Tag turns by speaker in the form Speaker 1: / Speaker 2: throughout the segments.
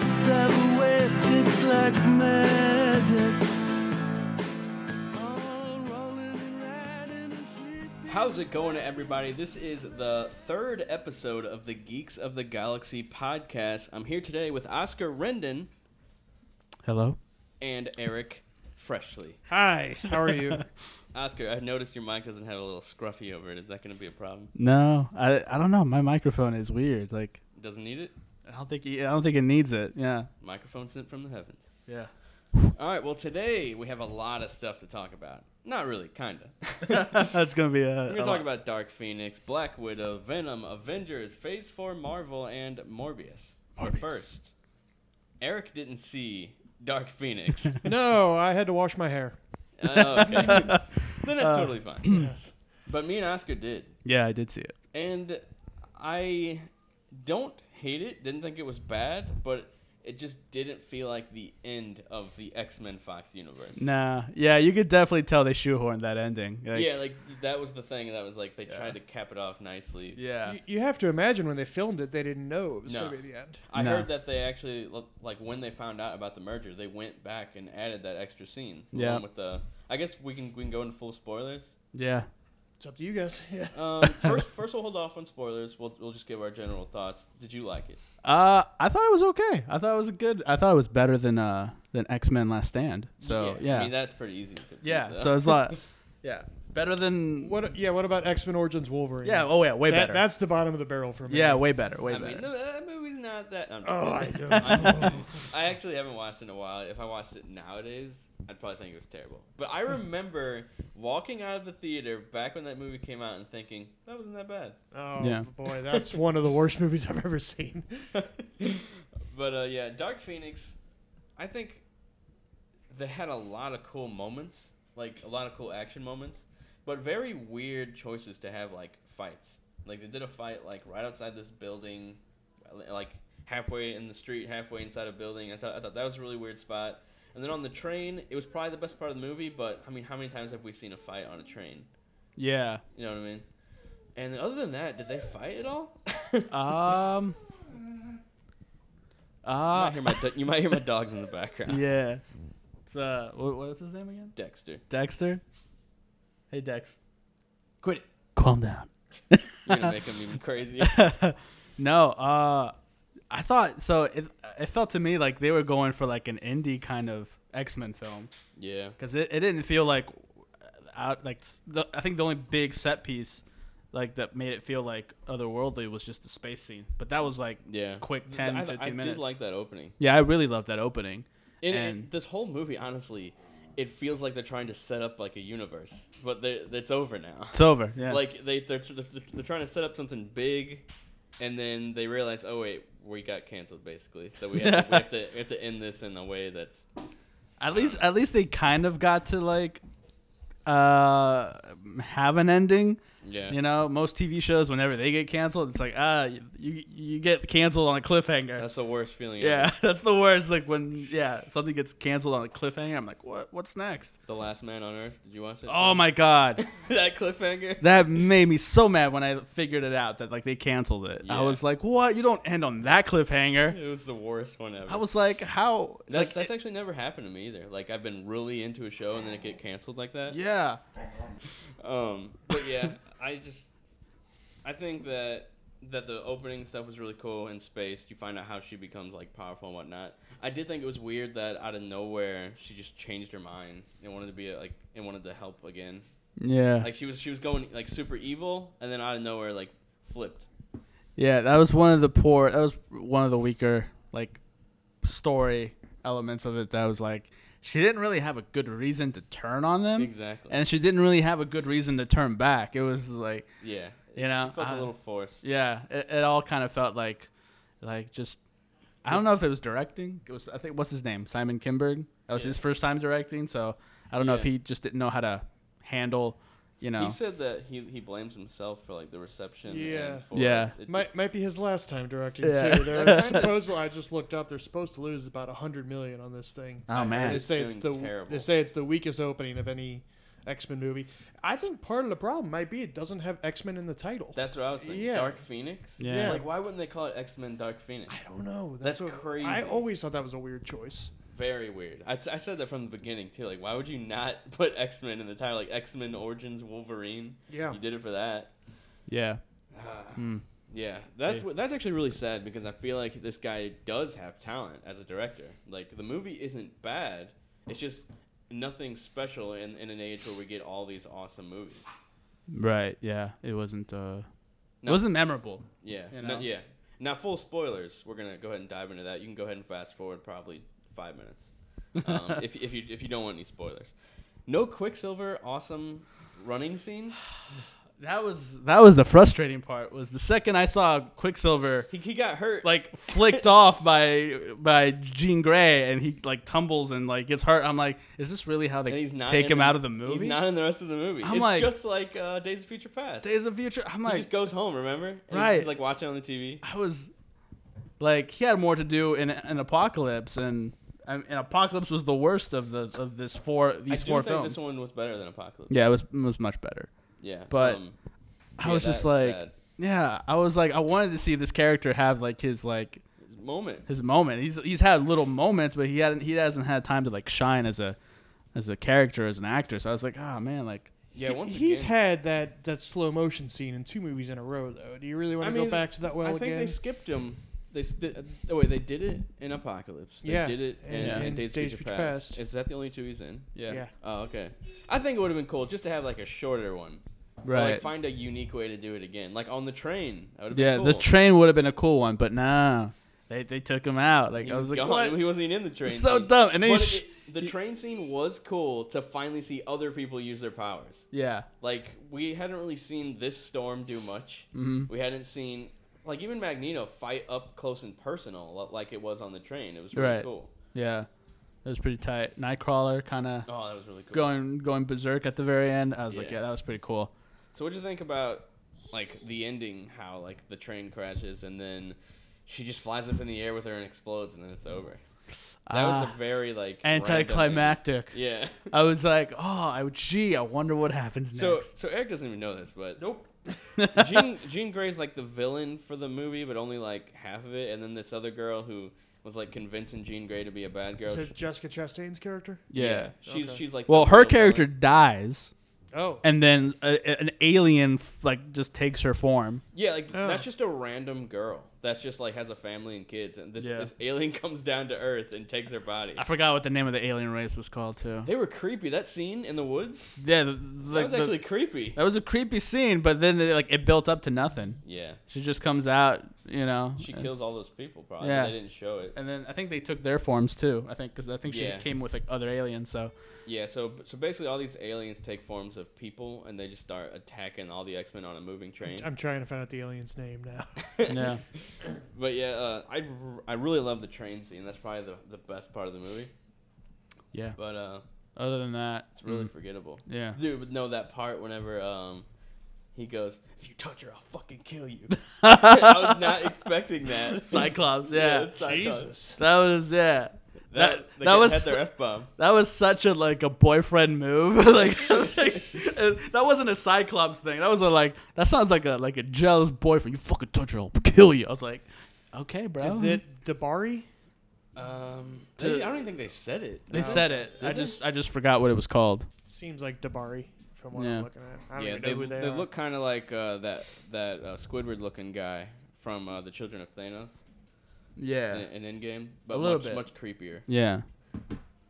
Speaker 1: step away, it's like magic. All rolling around in a sleepy
Speaker 2: How's it going, everybody? This is the third episode of the Geeks of the Galaxy podcast. I'm here today with Oscar Rendon
Speaker 3: Hello.
Speaker 2: and Eric Freshly.
Speaker 4: Hi, how are you?
Speaker 2: Oscar, I've noticed your mic doesn't have a little scruffy over it. Is that going to be a problem?
Speaker 3: No, I I don't know. My microphone is weird. Like
Speaker 2: Doesn't need it?
Speaker 3: I don't think he, I don't think it needs it. Yeah.
Speaker 2: Microphone sent from the heavens.
Speaker 3: Yeah.
Speaker 2: All right, well, today we have a lot of stuff to talk about. Not really, kinda.
Speaker 3: That's gonna be a.
Speaker 2: We're going to talk about Dark Phoenix, Black Widow, Venom, Avengers, Phase 4 Marvel, and Morbius. But
Speaker 3: Morbius.
Speaker 2: first, Eric didn't see Dark Phoenix.
Speaker 4: No, I had to wash my hair.
Speaker 2: oh,
Speaker 3: Uh,
Speaker 2: okay. then that's totally fine.
Speaker 4: Yes.
Speaker 2: But me and Oscar did.
Speaker 3: Yeah, I did see it.
Speaker 2: And I don't hate it, didn't think it was bad, but it just didn't feel like the end of the X Men Fox universe.
Speaker 3: Nah. Yeah, you could definitely tell they shoehorned that ending. Like,
Speaker 2: yeah, like that was the thing that was like they tried to cap it off nicely.
Speaker 3: Yeah.
Speaker 4: You, you have to imagine when they filmed it, they didn't know it was
Speaker 2: No.
Speaker 4: going to be the end.
Speaker 2: I
Speaker 3: No.
Speaker 2: heard that they actually l- like when they found out about the merger, they went back and added that extra scene. the
Speaker 3: Yeah.
Speaker 2: one with the I guess we can we can go into full spoilers.
Speaker 3: Yeah.
Speaker 4: It's up to you guys. Yeah.
Speaker 2: Um, first, first we'll hold off on spoilers. We'll we'll just give our general thoughts. Did you like it?
Speaker 3: Uh, I thought it was okay. I thought it was a good. I thought it was better than uh than X Men Last Stand. So yeah.
Speaker 2: I mean uh, that's pretty easy. To
Speaker 3: yeah.
Speaker 2: do,
Speaker 3: So it's like, yeah, better than.
Speaker 4: What? Yeah. What about X Men Origins Wolverine?
Speaker 3: Yeah. Oh yeah, way
Speaker 4: That-
Speaker 3: better.
Speaker 4: That's the bottom of the barrel for me.
Speaker 3: yeah, way better. Way
Speaker 2: I
Speaker 3: better.
Speaker 2: mean no, that movie's not that. I'm just
Speaker 4: Oh, I
Speaker 2: kidding.
Speaker 4: do.
Speaker 2: I'm- I actually haven't watched it in a while. If I watched it nowadays, I'd probably think it was terrible. But I remember walking out of the theater back when that movie came out and thinking that wasn't that bad.
Speaker 4: oh
Speaker 3: Yeah.
Speaker 4: boy, that's one of the worst movies I've ever seen.
Speaker 2: but uh, yeah, Dark Phoenix, I think they had a lot of cool moments, like a lot of cool action moments, but very weird choices to have like fights. Like they did a fight like right outside this building, like halfway in the street, halfway inside a building. I thought I thought that was a really weird spot. And then on the train, it was probably the best part of the movie. But I mean, how many times have we seen a fight on a train?
Speaker 3: yeah.
Speaker 2: You know what I mean? And other than that, did they fight at all?
Speaker 3: Um.
Speaker 2: You
Speaker 3: Uh,
Speaker 2: might hear my do- you might hear my dogs in the background.
Speaker 3: yeah. It's uh, what, what's his name again?
Speaker 2: Dexter.
Speaker 3: Dexter. Hey, Dex.
Speaker 2: Quit it.
Speaker 3: Calm down.
Speaker 2: You're gonna make him even crazier.
Speaker 3: no, uh, I thought so. It it felt to me like they were going for like an indie kind of X Men film
Speaker 2: Yeah.
Speaker 3: because it, it didn't feel like uh, out like s- the, I think the only big set piece like that made it feel like otherworldly was just the space scene, but that was like
Speaker 2: Yeah.
Speaker 3: quick
Speaker 2: Th-
Speaker 3: 10,
Speaker 2: I,
Speaker 3: 15
Speaker 2: I
Speaker 3: minutes.
Speaker 2: did like that opening.
Speaker 3: yeah, I really loved that opening.
Speaker 2: It, it-
Speaker 3: And-
Speaker 2: this whole movie, honestly, it feels like they're trying to set up like a universe, but they- it's over now.
Speaker 3: It's over. Yeah.
Speaker 2: Like they they're, tr- they're they're trying to set up something big, and then they realize, oh wait, we got canceled basically. So we have, to, we have to we have to end this in a way that's
Speaker 3: At least, at least they kind of got to like uh have an ending.
Speaker 2: yeah.
Speaker 3: You know, most TV shows whenever they get canceled, it's like ah, you you get canceled on a cliffhanger.
Speaker 2: That's the worst feeling.
Speaker 3: yeah,
Speaker 2: Ever.
Speaker 3: that's the worst. Like when yeah, something gets canceled on a cliffhanger. I'm like, what? What's next?
Speaker 2: The Last Man on Earth. Did you watch it?
Speaker 3: Oh my god,
Speaker 2: that cliffhanger.
Speaker 3: that made me so mad when I figured it out that like they canceled it.
Speaker 2: Yeah.
Speaker 3: I was like, what? You don't end on that cliffhanger.
Speaker 2: It was the worst one ever.
Speaker 3: I was like, how?
Speaker 2: That's,
Speaker 3: like,
Speaker 2: that's actually never happened to me either. Like I've been really into a show and then it get canceled like that.
Speaker 3: yeah,
Speaker 2: Um, but yeah, I just I think that that the opening stuff was really cool in space. You find out how she becomes like powerful and whatnot. I did think it was weird that out of nowhere she just changed her mind and wanted to be like and wanted to help again.
Speaker 3: yeah.
Speaker 2: Like she was she was going like super evil and then out of nowhere like flipped.
Speaker 3: Yeah, that was one of the poor. That was one of the weaker like story elements of it. That was like she didn't really have a good reason to turn on them,
Speaker 2: Exactly.
Speaker 3: Um, and she didn't really have a good reason to turn back. It was like
Speaker 2: yeah.
Speaker 3: you know,
Speaker 2: It felt a
Speaker 3: uh,
Speaker 2: little forced.
Speaker 3: yeah, it, it all kind of felt like like just. I don't know if it was directing. It was I think what's his name Simon Kinberg. That was
Speaker 2: Yeah.
Speaker 3: his first time directing, so I don't know if
Speaker 2: Yeah.
Speaker 3: he just didn't know how to handle. You know,
Speaker 2: He said that he he blames himself for like the reception.
Speaker 4: Yeah.
Speaker 2: And for
Speaker 3: Yeah.
Speaker 2: it-
Speaker 4: Might might be his last time directing
Speaker 3: Yeah.
Speaker 4: too. They're supposedly, I just looked up. They're supposed to lose about a hundred million on this thing.
Speaker 3: oh
Speaker 2: I-
Speaker 3: man,
Speaker 4: They say it's the
Speaker 2: Doing terrible.
Speaker 4: they say it's the weakest opening of any X Men movie. I think part of the problem might be it doesn't have X Men in the title.
Speaker 2: That's what I was thinking.
Speaker 4: Yeah.
Speaker 2: Dark Phoenix.
Speaker 3: Yeah.
Speaker 2: Like, why wouldn't they call it X Men Dark Phoenix?
Speaker 4: I don't know.
Speaker 2: That's
Speaker 4: what-
Speaker 2: crazy.
Speaker 4: I always thought that was a weird choice.
Speaker 2: Very weird. I, s- I said that from the beginning too. Like, why would you not put X Men in the title? Like X Men Origins Wolverine.
Speaker 4: Yeah.
Speaker 2: You did it for that.
Speaker 3: Yeah.
Speaker 2: Yeah, that's
Speaker 3: Yeah.
Speaker 2: what that's actually really sad because I feel like this guy does have talent as a director. Like the movie isn't bad. It's just nothing special in, in an age where we get all these awesome movies.
Speaker 3: Right. Yeah. It wasn't. Uh, It
Speaker 2: No.
Speaker 3: wasn't memorable.
Speaker 2: Yeah.
Speaker 3: You
Speaker 2: no-
Speaker 3: know?
Speaker 2: yeah. Now full spoilers. We're gonna go ahead and dive into that. You can go ahead and fast forward probably five minutes. Um, if, if you if you don't want any spoilers. No Quicksilver awesome running scene.
Speaker 3: That was that was the frustrating part. Was the second I saw Quicksilver
Speaker 2: He, he got hurt.
Speaker 3: like flicked off by by Jean Grey and he like tumbles and like gets hurt. I'm like, is this really how
Speaker 2: and
Speaker 3: they
Speaker 2: he's not
Speaker 3: take
Speaker 2: in
Speaker 3: him out of the movie?
Speaker 2: He's not in the rest of the movie.
Speaker 3: I'm
Speaker 2: it's
Speaker 3: like-
Speaker 2: just like uh, Days of Future Past.
Speaker 3: Days of Future. I'm
Speaker 2: he
Speaker 3: like,
Speaker 2: just goes home, remember? And he's
Speaker 3: Right.
Speaker 2: just, like watching on the TV.
Speaker 3: I was like, he had more to do in an apocalypse, and and apocalypse was the worst of the of this four these
Speaker 2: I
Speaker 3: four
Speaker 2: do think
Speaker 3: films.
Speaker 2: this one was better than Apocalypse.
Speaker 3: yeah, it was it was much better.
Speaker 2: Yeah.
Speaker 3: But
Speaker 2: um,
Speaker 3: I
Speaker 2: yeah,
Speaker 3: was just
Speaker 2: that was
Speaker 3: like,
Speaker 2: sad.
Speaker 3: yeah, I was like, I wanted to see this character have like his like
Speaker 2: moment.
Speaker 3: his moment. He's he's had little moments, but he hadn't he hasn't had time to like shine as a as a character as an actor. So I was like, ah man, like
Speaker 2: Yeah. Once
Speaker 4: He's
Speaker 2: again,
Speaker 4: had that, that slow motion scene in two movies in a row, though. Do you really want
Speaker 2: I
Speaker 4: to
Speaker 2: mean,
Speaker 4: go back to that well
Speaker 2: I think
Speaker 4: again?
Speaker 2: they skipped him. They st- oh wait, they did it in Apocalypse. They
Speaker 4: Yeah,
Speaker 2: did it in,
Speaker 4: and-
Speaker 2: in
Speaker 4: and
Speaker 2: Days, of Future, Past. Is that the only two he's in?
Speaker 3: yeah,
Speaker 4: yeah.
Speaker 2: Oh, okay. I think it would have been cool just to have like a shorter one. Or,
Speaker 3: right.
Speaker 2: like find a unique way to do it again, like on the train. That would have
Speaker 3: yeah,
Speaker 2: been
Speaker 3: the
Speaker 2: cool.
Speaker 3: train would have been a cool one, but nah, they they took him out. Like
Speaker 2: He
Speaker 3: I was
Speaker 2: was
Speaker 3: like,
Speaker 2: gone.
Speaker 3: what?
Speaker 2: He wasn't even in the train.
Speaker 3: It's so
Speaker 2: scene.
Speaker 3: dumb. And then he
Speaker 2: But
Speaker 3: sh-
Speaker 2: it- the train scene was cool to finally see other people use their powers.
Speaker 3: yeah,
Speaker 2: Like we hadn't really seen this storm do much.
Speaker 3: Mhm.
Speaker 2: We hadn't seen like even Magneto fight up close and personal li- like it was on the train. It was really
Speaker 3: Right.
Speaker 2: cool.
Speaker 3: yeah, it was pretty tight. Nightcrawler kind of
Speaker 2: Oh, that was really cool.
Speaker 3: going going berserk at the very end. I was like,
Speaker 2: Yeah.
Speaker 3: yeah, that was pretty cool.
Speaker 2: So what do you think about like the ending? How like the train crashes and then she just flies up in the air with her and explodes and then it's over. That was
Speaker 3: Ah,
Speaker 2: a very like random ending.
Speaker 3: anticlimactic.
Speaker 2: Yeah.
Speaker 3: I was like, oh, I, gee, I wonder what happens
Speaker 2: So
Speaker 3: next.
Speaker 2: so Eric doesn't even know this, but
Speaker 4: Nope.
Speaker 2: Jean Jean Grey's like the villain for the movie, but only like half of it. And then this other girl who was like convincing Jean Grey to be a bad girl.
Speaker 4: Is
Speaker 2: She-
Speaker 4: that Jessica Chastain's character?
Speaker 3: yeah.
Speaker 2: she's
Speaker 4: Okay.
Speaker 2: she's like.
Speaker 3: Well,
Speaker 2: the
Speaker 3: her
Speaker 2: real
Speaker 3: character
Speaker 2: villain.
Speaker 3: dies,
Speaker 4: Oh.
Speaker 3: and then a, a- an alien f- like just takes her form.
Speaker 2: Yeah, like
Speaker 4: Oh.
Speaker 2: that's just a random girl. That's just like has a family and kids, and this,
Speaker 3: Yeah.
Speaker 2: this alien comes down to Earth and takes her body.
Speaker 3: I forgot what the name of the alien race was called too.
Speaker 2: They were creepy. That scene in the woods.
Speaker 3: Yeah, the,
Speaker 2: That
Speaker 3: like,
Speaker 2: was
Speaker 3: the-
Speaker 2: actually creepy.
Speaker 3: that was a creepy scene, but then they, like it built up to nothing.
Speaker 2: Yeah,
Speaker 3: She just comes out, you know.
Speaker 2: she
Speaker 3: and-
Speaker 2: kills all those people. Probably
Speaker 3: Yeah.
Speaker 2: they didn't show it.
Speaker 3: And then I think they took their forms too. I think because I think she
Speaker 2: Yeah.
Speaker 3: came with like other aliens. So
Speaker 2: Yeah, so so basically all these aliens take forms of people, and they just start attacking all the X Men on a moving train.
Speaker 4: Oh, I'm trying to find out the alien's name now.
Speaker 3: yeah,
Speaker 2: But yeah, uh, I, r- I really love the train scene. That's probably the, the best part of the movie.
Speaker 3: yeah.
Speaker 2: But uh,
Speaker 3: Other than that,
Speaker 2: it's really
Speaker 3: mm,
Speaker 2: forgettable.
Speaker 3: yeah.
Speaker 2: Dude, but no, that part whenever um, he goes, "If you touch her, I'll fucking kill you." I was not expecting that.
Speaker 3: Cyclops. Yeah,
Speaker 2: it's Cyclops.
Speaker 3: that was yeah.
Speaker 2: That,
Speaker 3: That-
Speaker 2: they
Speaker 3: that
Speaker 2: had
Speaker 3: was-
Speaker 2: their f bomb.
Speaker 3: That was such a like a boyfriend move. like, like, uh, that wasn't a Cyclops thing. That was a like that sounds like a like a jealous boyfriend. You fucking touch her, I'll kill you. I was like, okay, bro.
Speaker 4: Is it Debari?
Speaker 2: Um,
Speaker 3: To-
Speaker 2: they- I don't even think they said it.
Speaker 3: They
Speaker 4: No.
Speaker 3: said it.
Speaker 2: Did
Speaker 3: I
Speaker 2: they?
Speaker 3: just I just forgot what it was called.
Speaker 4: Seems like Debari from what
Speaker 3: Yeah.
Speaker 4: I'm looking at. I don't
Speaker 2: yeah,
Speaker 4: even
Speaker 2: they,
Speaker 4: know who they,
Speaker 2: they
Speaker 4: are.
Speaker 2: look kind of like uh, that that uh, Squidward looking guy from uh, the Children of Thanos
Speaker 3: Yeah.
Speaker 2: in, in Endgame, but
Speaker 3: little
Speaker 2: much
Speaker 3: bit.
Speaker 2: much creepier.
Speaker 3: Yeah.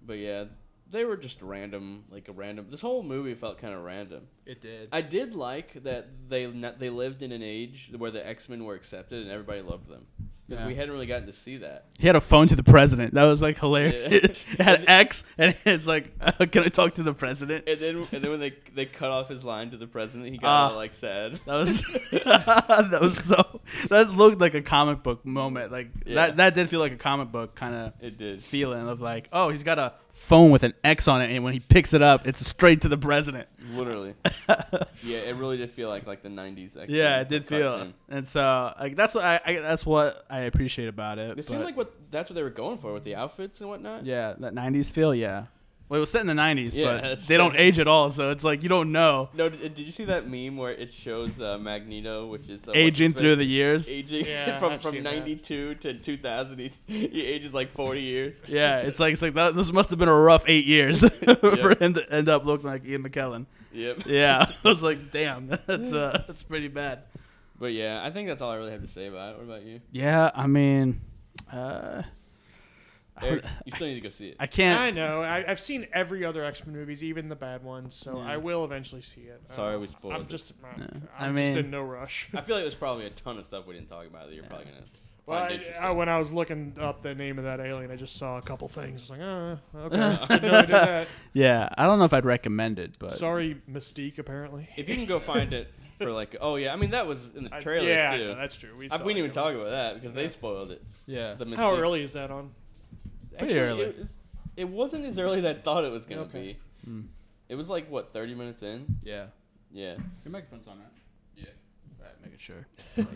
Speaker 2: But yeah, they were just random, like a random. This whole movie felt kind of random.
Speaker 3: It did.
Speaker 2: I did like that they n- they lived in an age where the X Men were accepted and everybody loved them. 'Cause
Speaker 3: Yeah.
Speaker 2: We hadn't really gotten to see that.
Speaker 3: He had a phone to the president. That was like hilarious.
Speaker 2: Yeah.
Speaker 3: it had X, and it's like, uh, can I talk to the president?
Speaker 2: And then and then when they they cut off his line to the president, he got
Speaker 3: Ah.
Speaker 2: all like sad.
Speaker 3: That was that was so that looked like a comic book moment. Like
Speaker 2: Yeah.
Speaker 3: that that did feel like a comic book kind of
Speaker 2: It did.
Speaker 3: feeling of like, oh, he's got a phone with an X on it, and when he picks it up, it's straight to the president.
Speaker 2: Literally. yeah, it really did feel like like the '90s. X-Men
Speaker 3: yeah, it did feel,
Speaker 2: cartoon.
Speaker 3: and so like that's what I, I that's what I appreciate about it.
Speaker 2: It seemed
Speaker 3: but-
Speaker 2: like what that's what they were going for with the outfits and whatnot.
Speaker 3: yeah, that '90s feel, yeah, Well, it was set in the '90s,
Speaker 2: Yeah,
Speaker 3: but
Speaker 2: it's-
Speaker 3: they don't age at all, so it's like you don't know
Speaker 2: No, d- did you see that meme where it shows uh, Magneto, which is uh,
Speaker 3: aging
Speaker 2: what's his
Speaker 3: through
Speaker 2: face?
Speaker 3: the years.
Speaker 2: aging
Speaker 4: Yeah,
Speaker 2: from
Speaker 4: I've
Speaker 2: from
Speaker 4: seen that.
Speaker 2: 92 to 2000? He, he ages like 40 years.
Speaker 3: Yeah, it's like it's like that, this must have been a rough eight years for him to end up looking like Ian McKellen.
Speaker 2: Yep.
Speaker 3: Yeah, I was like, damn, that's uh, that's pretty bad.
Speaker 2: But yeah, I think that's all I really have to say about it. What about you?
Speaker 3: Yeah, I mean, uh, I,
Speaker 2: Eric,
Speaker 3: would-
Speaker 2: you still need to go see it.
Speaker 3: I
Speaker 4: I
Speaker 3: can't.
Speaker 4: know. I, I've seen every other X Men movies, even the bad ones. So
Speaker 2: Yeah.
Speaker 4: I will eventually see it.
Speaker 2: Sorry
Speaker 4: Uh,
Speaker 2: we spoiled
Speaker 4: I'm
Speaker 2: it.
Speaker 4: just. I'm,
Speaker 3: I
Speaker 4: I'm just
Speaker 3: mean-
Speaker 4: in no rush.
Speaker 2: I feel like there's probably a ton of stuff we didn't talk about that you're probably gonna.
Speaker 4: Well,
Speaker 2: find
Speaker 4: I,
Speaker 2: interesting.
Speaker 4: I, when I was looking up the name of that alien, I just saw a couple things. I was like, ah, okay. Didn't know I did that.
Speaker 3: Yeah, I don't know if I'd recommend it, but
Speaker 4: Sorry, Mystique. Apparently.
Speaker 2: if you can go find it for like, oh yeah, I mean that was in the
Speaker 4: I-
Speaker 2: trailers
Speaker 4: yeah, I
Speaker 2: too.
Speaker 4: know, that's true. We,
Speaker 2: I-
Speaker 4: saw
Speaker 2: we
Speaker 4: it
Speaker 2: didn't even
Speaker 4: coming.
Speaker 2: talk about that because they
Speaker 4: Yeah.
Speaker 2: spoiled it.
Speaker 3: yeah,
Speaker 2: The
Speaker 4: How
Speaker 2: Mystique-
Speaker 4: early is that on?
Speaker 3: Pretty early.
Speaker 2: It, was- it wasn't as early as I thought it was gonna
Speaker 4: Okay.
Speaker 2: be.
Speaker 3: Hmm.
Speaker 2: It was like what 30 minutes in.
Speaker 3: yeah.
Speaker 2: Yeah.
Speaker 3: Your microphone's on, right? Yeah. Right, making sure.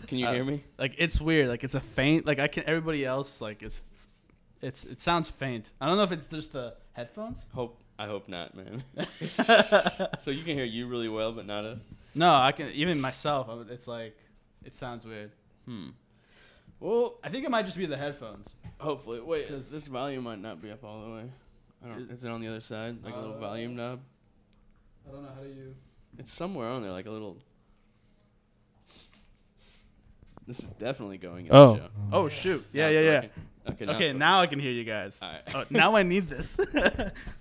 Speaker 2: Can you
Speaker 3: Uh,
Speaker 2: hear me?
Speaker 3: Like it's weird. Like it's a faint. Like I can. Everybody else like is. It's it sounds faint. I don't know if it's just the headphones.
Speaker 2: Hope I hope not, man. so you can hear you really well, but not us.
Speaker 3: No, I can even myself. I'm- It's like it sounds weird.
Speaker 2: Hmm. Well,
Speaker 3: I think it might just be the headphones.
Speaker 2: hopefully. Wait,
Speaker 3: 'Cause-
Speaker 2: this volume might not be up all the way. I don't. Is it on the other side, like a little
Speaker 3: Uh,
Speaker 2: volume knob?
Speaker 3: I don't know how do you.
Speaker 2: It's somewhere on there, like a little. This is definitely going. In
Speaker 3: Oh.
Speaker 2: The show.
Speaker 3: Oh shoot!
Speaker 2: Now
Speaker 3: Yeah,
Speaker 2: it's
Speaker 3: yeah, yeah.
Speaker 2: working. Okay.
Speaker 3: Okay,
Speaker 2: it's
Speaker 3: now I can hear you guys.
Speaker 2: All right.
Speaker 3: Oh, now I need this.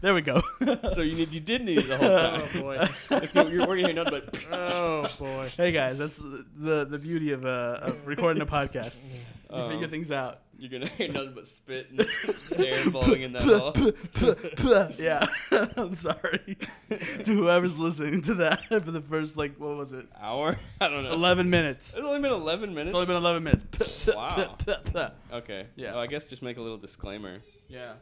Speaker 3: there we go.
Speaker 2: working. So you need, you did need it the whole
Speaker 4: Oh
Speaker 2: time.
Speaker 4: boy.
Speaker 2: It's gonna- you're working here, nothing but.
Speaker 4: oh boy.
Speaker 3: hey guys, that's the the, the beauty of uh, of recording a podcast. Oh. You
Speaker 2: um,
Speaker 3: figure things out.
Speaker 2: you're gonna hear nothing but spit and air blowing in that hole.
Speaker 3: yeah, I'm sorry to whoever's listening to that for the first like what was it?
Speaker 2: Hour? I don't know.
Speaker 3: Eleven minutes.
Speaker 2: It's only been 11 minutes.
Speaker 3: It's only been eleven minutes.
Speaker 2: Wow. Okay.
Speaker 3: Yeah.
Speaker 2: Well, I guess just make a little disclaimer.
Speaker 3: Yeah,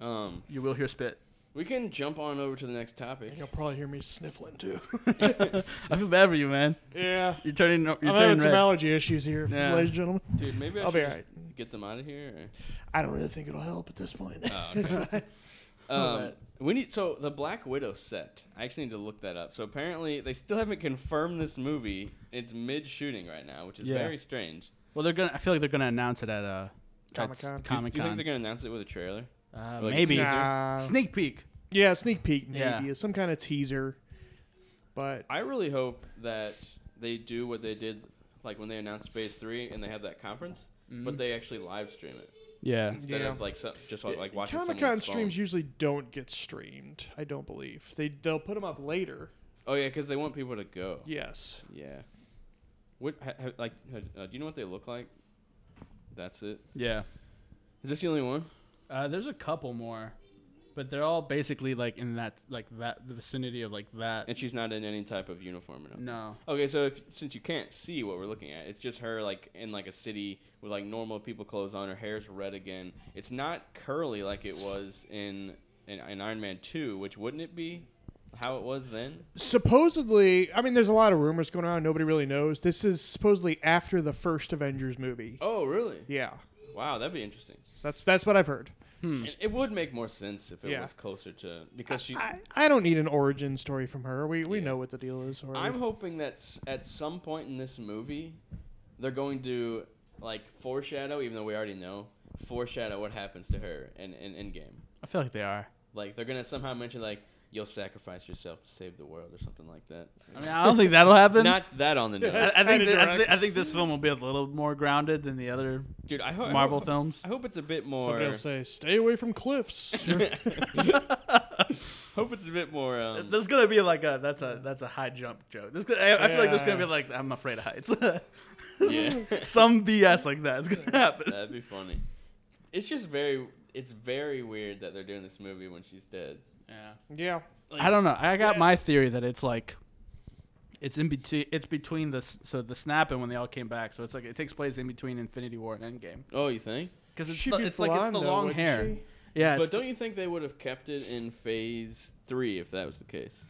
Speaker 2: Um,
Speaker 3: you will hear spit.
Speaker 2: we can jump on over to the next topic.
Speaker 4: You'll probably hear me sniffling too.
Speaker 3: I feel bad for you, man.
Speaker 4: yeah.
Speaker 3: You're turning. You're
Speaker 4: I'm
Speaker 3: turning
Speaker 4: having some
Speaker 3: red.
Speaker 4: allergy issues here,
Speaker 3: Yeah.
Speaker 4: ladies and gentlemen.
Speaker 2: Dude, maybe I
Speaker 4: I'll
Speaker 2: should
Speaker 4: be
Speaker 2: just
Speaker 4: alright.
Speaker 2: get them out of here. Or...
Speaker 4: I don't really think it'll help at this point.
Speaker 2: Oh,
Speaker 4: It's fine.
Speaker 2: Um,
Speaker 3: Alright.
Speaker 2: we need so the Black Widow set. I actually need to look that up. So apparently they still haven't confirmed this movie. It's mid shooting right now, which is
Speaker 3: Yeah.
Speaker 2: very strange.
Speaker 3: Well, they're gonna. I feel like they're gonna announce it at uh,
Speaker 4: Comic-Con.
Speaker 2: Do you-
Speaker 3: Comic
Speaker 2: Do you think
Speaker 3: Con.
Speaker 2: they're gonna announce it with a trailer?
Speaker 3: Uh,
Speaker 2: like a
Speaker 3: maybe
Speaker 2: teaser?
Speaker 4: Nah.
Speaker 3: sneak peek.
Speaker 4: Yeah, sneak peek maybe
Speaker 3: Yeah.
Speaker 4: some kind of teaser. But
Speaker 2: I really hope that they do what they did, like when they announced Phase Three and they have that conference, but they actually live stream it
Speaker 3: Yeah.
Speaker 2: instead
Speaker 4: Mm-hmm. Yeah.
Speaker 2: of like so, just like, like watching
Speaker 4: Comic Con
Speaker 2: someone's phone.
Speaker 4: streams usually don't get streamed. I don't believe they they'll put them up later.
Speaker 2: Oh yeah, because they want people to go.
Speaker 4: Yes.
Speaker 2: Yeah. What ha, ha, like? Ha, uh, do you know what they look like? That's it.
Speaker 3: Yeah.
Speaker 2: Is this the only one?
Speaker 3: Uh, there's a couple more, but they're all basically like in that like that the vicinity of like that.
Speaker 2: And she's not in any type of uniform or nothing.
Speaker 3: No.
Speaker 2: Okay, so if since you can't see what we're looking at, it's just her like in like a city with like normal people clothes on. Her hair's red again. It's not curly like it was in in, in Iron Man Two, which wouldn't it be how it was then?
Speaker 4: Supposedly, I mean, there's a lot of rumors going on. Nobody really knows. This is supposedly after the first Avengers movie.
Speaker 2: Oh, really?
Speaker 4: Yeah,
Speaker 2: Wow, that'd be interesting.
Speaker 4: So that's that's what I've heard.
Speaker 3: Hmm.
Speaker 2: It, it would make more sense if it
Speaker 4: Yeah.
Speaker 2: was closer to because she.
Speaker 4: I, I don't need an origin story from her. We we
Speaker 2: Yeah.
Speaker 4: know what the deal is. Already.
Speaker 2: I'm hoping that s- at some point in this movie, they're going to like foreshadow, even though we already know, foreshadow what happens to her in in Endgame.
Speaker 3: I feel like they are.
Speaker 2: Like they're gonna somehow mention like you'll sacrifice yourself to save the world or something like that.
Speaker 3: I mean, I don't think that'll happen.
Speaker 2: Not that on the
Speaker 3: I,
Speaker 2: nose,
Speaker 3: I think
Speaker 4: kinda
Speaker 3: that- I,
Speaker 4: direct.
Speaker 3: thi- I think this film will be a little more grounded than the other
Speaker 2: dude. I hope
Speaker 3: Marvel
Speaker 2: I hope,
Speaker 3: films.
Speaker 2: I hope it's a bit
Speaker 4: Somebody
Speaker 2: more.
Speaker 4: will say, "Stay away from cliffs."
Speaker 2: Hope it's a bit more. Um,
Speaker 3: There's gonna be like a that's a that's a high jump joke. There's gonna, I, I feel like there's gonna be
Speaker 4: Yeah.
Speaker 3: like I'm afraid of heights.
Speaker 2: yeah,
Speaker 3: Some BS like that is gonna happen.
Speaker 2: that'd be funny. It's just very. It's very weird that they're doing this movie when she's dead.
Speaker 3: Yeah.
Speaker 4: yeah,
Speaker 3: I don't know. I got my theory that it's like it's in between it's between the s- so the snap and when they all came back. So it's like it takes place in between Infinity War and Endgame
Speaker 2: Oh, you think?
Speaker 3: because it's
Speaker 4: She'd
Speaker 3: the,
Speaker 4: be
Speaker 3: it's like it's the
Speaker 4: blonde, though,
Speaker 3: long
Speaker 4: wouldn't
Speaker 3: hair.
Speaker 4: she?
Speaker 3: Yeah, it's
Speaker 2: But don't you think they would have kept it in phase three if that was the case?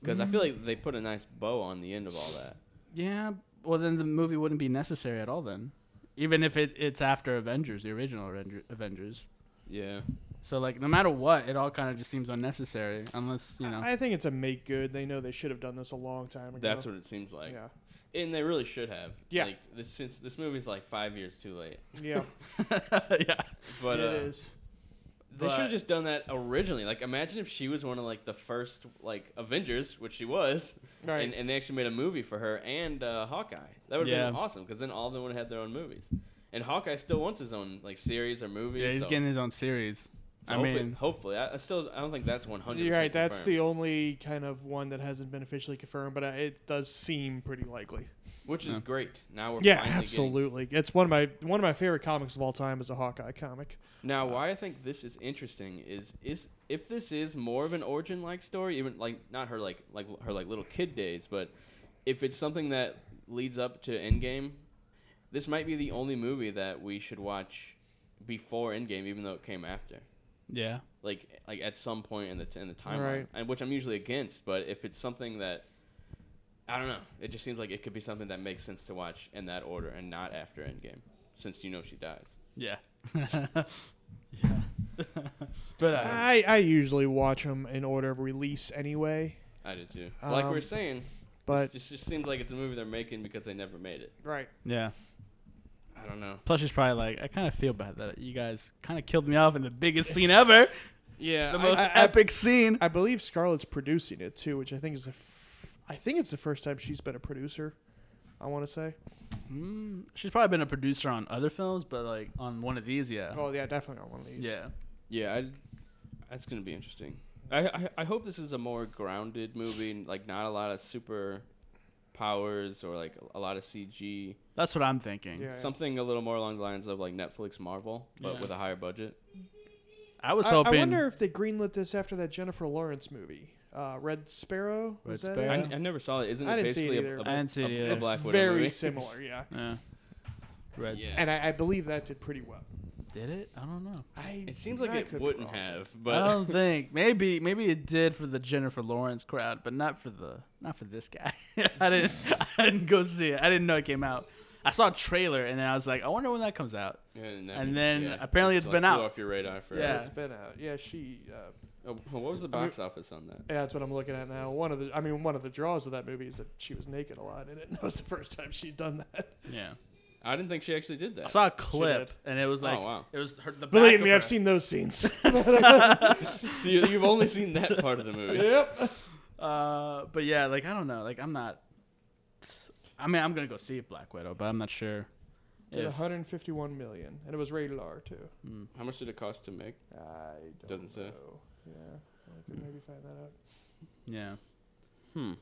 Speaker 2: Because I feel
Speaker 3: Mm-hmm.
Speaker 2: like they put a nice bow on the end of all that.
Speaker 3: yeah. Well, then the movie wouldn't be necessary at all then. Even if it, it's after Avengers, the original Avenger- Avengers.
Speaker 2: Yeah.
Speaker 3: So like no matter what, it all kind of just seems unnecessary unless you know.
Speaker 4: I think it's a make good. They know they should have done this a long time ago.
Speaker 2: That's what it seems like.
Speaker 4: Yeah.
Speaker 2: And they really should have.
Speaker 4: Yeah.
Speaker 2: Like this since this movie's like five years too late.
Speaker 4: Yeah.
Speaker 3: yeah.
Speaker 2: But
Speaker 4: it
Speaker 2: uh,
Speaker 4: is.
Speaker 2: they should
Speaker 3: But-
Speaker 2: have just done that originally. Like imagine if she was one of like the first like Avengers, which she was,
Speaker 4: Right.
Speaker 2: and, and they actually made a movie for her and uh, Hawkeye. That would have been
Speaker 3: Yeah.
Speaker 2: awesome because then all of them would have had their own movies. And Hawkeye still wants his own like series or movie.
Speaker 3: Yeah, he's
Speaker 2: so-
Speaker 3: getting his own series. I
Speaker 2: so hopefully,
Speaker 3: mean,
Speaker 2: hopefully, I, I still I don't think that's one hundred.
Speaker 4: You're right. That's the only kind of one that hasn't been officially confirmed, but uh, it does seem pretty likely.
Speaker 2: which is
Speaker 3: Yeah.
Speaker 2: great. Now we're
Speaker 4: yeah,
Speaker 2: finally getting-
Speaker 4: absolutely. It's one of my one of my favorite comics of all time is a Hawkeye comic.
Speaker 2: Now, why I think this is interesting is is if this is more of an origin like story, even like not her like like her like little kid days, but if it's something that leads up to Endgame, this might be the only movie that we should watch before Endgame, even though it came after.
Speaker 3: yeah.
Speaker 2: Like like at some point in the t- in the timeline,
Speaker 4: Right.
Speaker 2: and which I'm usually against. But if it's something that I don't know, it just seems like it could be something that makes sense to watch in that order and not after Endgame, since you know she dies.
Speaker 3: Yeah. yeah. but uh,
Speaker 4: I, I usually watch them in order of release anyway,
Speaker 2: I do too. like we
Speaker 4: Um,
Speaker 2: we're saying,
Speaker 4: but
Speaker 2: it just, just seems like it's a movie they're making because they never made it.
Speaker 4: right.
Speaker 3: yeah.
Speaker 2: I don't know.
Speaker 3: Plus, she's probably like, I kind of feel bad that you guys kind of killed me off in the biggest scene ever,
Speaker 2: Yeah,
Speaker 3: the most
Speaker 4: I- I-
Speaker 3: epic scene.
Speaker 4: I believe Scarlett's producing it too, which I think is the f- I think it's the first time she's been a producer. I want to say.
Speaker 3: Mm, she's probably been a producer on other films, but like on one of these, yeah.
Speaker 4: Oh yeah, definitely on one of these.
Speaker 3: Yeah.
Speaker 2: Uh-huh. yeah. I, that's gonna be interesting. I, I I hope this is a more grounded movie, and, like not a lot of super powers or like a lot of CG.
Speaker 3: That's what I'm thinking.
Speaker 4: Yeah.
Speaker 2: Something a little more along the lines of like Netflix Marvel, but
Speaker 3: Yeah.
Speaker 2: with a higher budget.
Speaker 3: I was
Speaker 4: I, I
Speaker 3: hoping.
Speaker 4: wonder if they greenlit this after that Jennifer Lawrence movie, uh, Red Sparrow.
Speaker 3: Red
Speaker 4: was that
Speaker 2: I,
Speaker 3: Sparrow.
Speaker 4: It?
Speaker 2: I never saw it. Isn't
Speaker 4: I
Speaker 2: it
Speaker 4: didn't see it
Speaker 2: basically
Speaker 4: either,
Speaker 2: a, a,
Speaker 4: but-
Speaker 3: I didn't see it
Speaker 2: a- a
Speaker 3: either.
Speaker 4: It's
Speaker 2: Black Widow
Speaker 4: very
Speaker 2: movie?
Speaker 4: similar, yeah.
Speaker 3: yeah. Red.
Speaker 2: Yeah.
Speaker 4: And I, I believe that did pretty well.
Speaker 3: Did it? I don't know.
Speaker 4: I,
Speaker 2: It seems like
Speaker 4: I
Speaker 2: it
Speaker 4: could be
Speaker 2: wouldn't
Speaker 4: wrong.
Speaker 2: have,
Speaker 3: I
Speaker 2: but
Speaker 3: don't think. Maybe maybe it did for the Jennifer Lawrence crowd, but not for the not for this guy. I didn't I didn't go see it. I didn't know it came out. I saw a trailer and then I was like, I wonder when that comes out.
Speaker 2: and,
Speaker 3: And then apparently
Speaker 2: it's
Speaker 3: it's been out.
Speaker 2: off your radar for
Speaker 3: Yeah.
Speaker 4: It's been out. Yeah, she. Uh,
Speaker 2: Oh, what was the
Speaker 4: I mean-
Speaker 2: box office on that?
Speaker 4: yeah, that's what I'm looking at now. One of the, I mean, one of the draws of that movie is that she was naked a lot in it. And that was the first time she's done that.
Speaker 3: Yeah.
Speaker 2: I didn't think she actually did
Speaker 3: I
Speaker 2: that.
Speaker 3: saw a clip and it was
Speaker 2: Oh,
Speaker 3: like
Speaker 2: wow.
Speaker 3: it was her the back
Speaker 4: Believe
Speaker 3: of
Speaker 4: me,
Speaker 3: her.
Speaker 4: I've seen those scenes.
Speaker 2: So you, you've only seen that part of the movie.
Speaker 4: yep.
Speaker 3: uh but yeah, like I don't know. Like I'm not I mean, I'm going to go see Black Widow, but I'm not sure.
Speaker 4: Did
Speaker 3: if-
Speaker 4: 151 million, and it was rated R too.
Speaker 3: Mm.
Speaker 2: How much did it cost to make?
Speaker 4: I don't
Speaker 2: Doesn't say.
Speaker 4: know. Yeah, I could maybe find that out.
Speaker 3: Yeah.
Speaker 2: Hmm.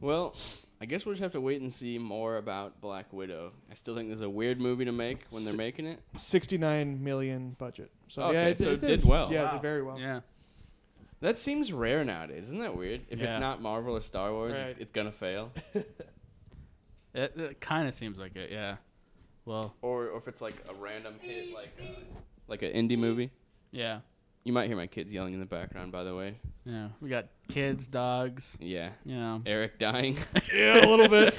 Speaker 2: Well, I guess we'll just have to wait and see more about Black Widow. I still think this is a weird movie to make when they're
Speaker 4: S-
Speaker 2: making it.
Speaker 4: 69 million budget. So
Speaker 2: Okay,
Speaker 4: yeah, it,
Speaker 2: so it did
Speaker 4: was-
Speaker 2: well.
Speaker 4: Yeah, it
Speaker 3: Wow.
Speaker 4: did very well.
Speaker 3: Yeah.
Speaker 2: That seems rare nowadays. Isn't that weird? If it's
Speaker 3: Yeah.
Speaker 2: not Marvel or Star Wars, it's,
Speaker 4: Right.
Speaker 2: it's going to fail.
Speaker 3: It, it kind of seems like it. Yeah. Well,
Speaker 2: Or, or if it's like a random hit, like uh, like an indie movie.
Speaker 3: yeah.
Speaker 2: You might hear my kids yelling in the background, by the way.
Speaker 3: Yeah. We got kids, dogs,
Speaker 2: Yeah.
Speaker 3: you know.
Speaker 2: Eric dying.
Speaker 4: Yeah, a little bit.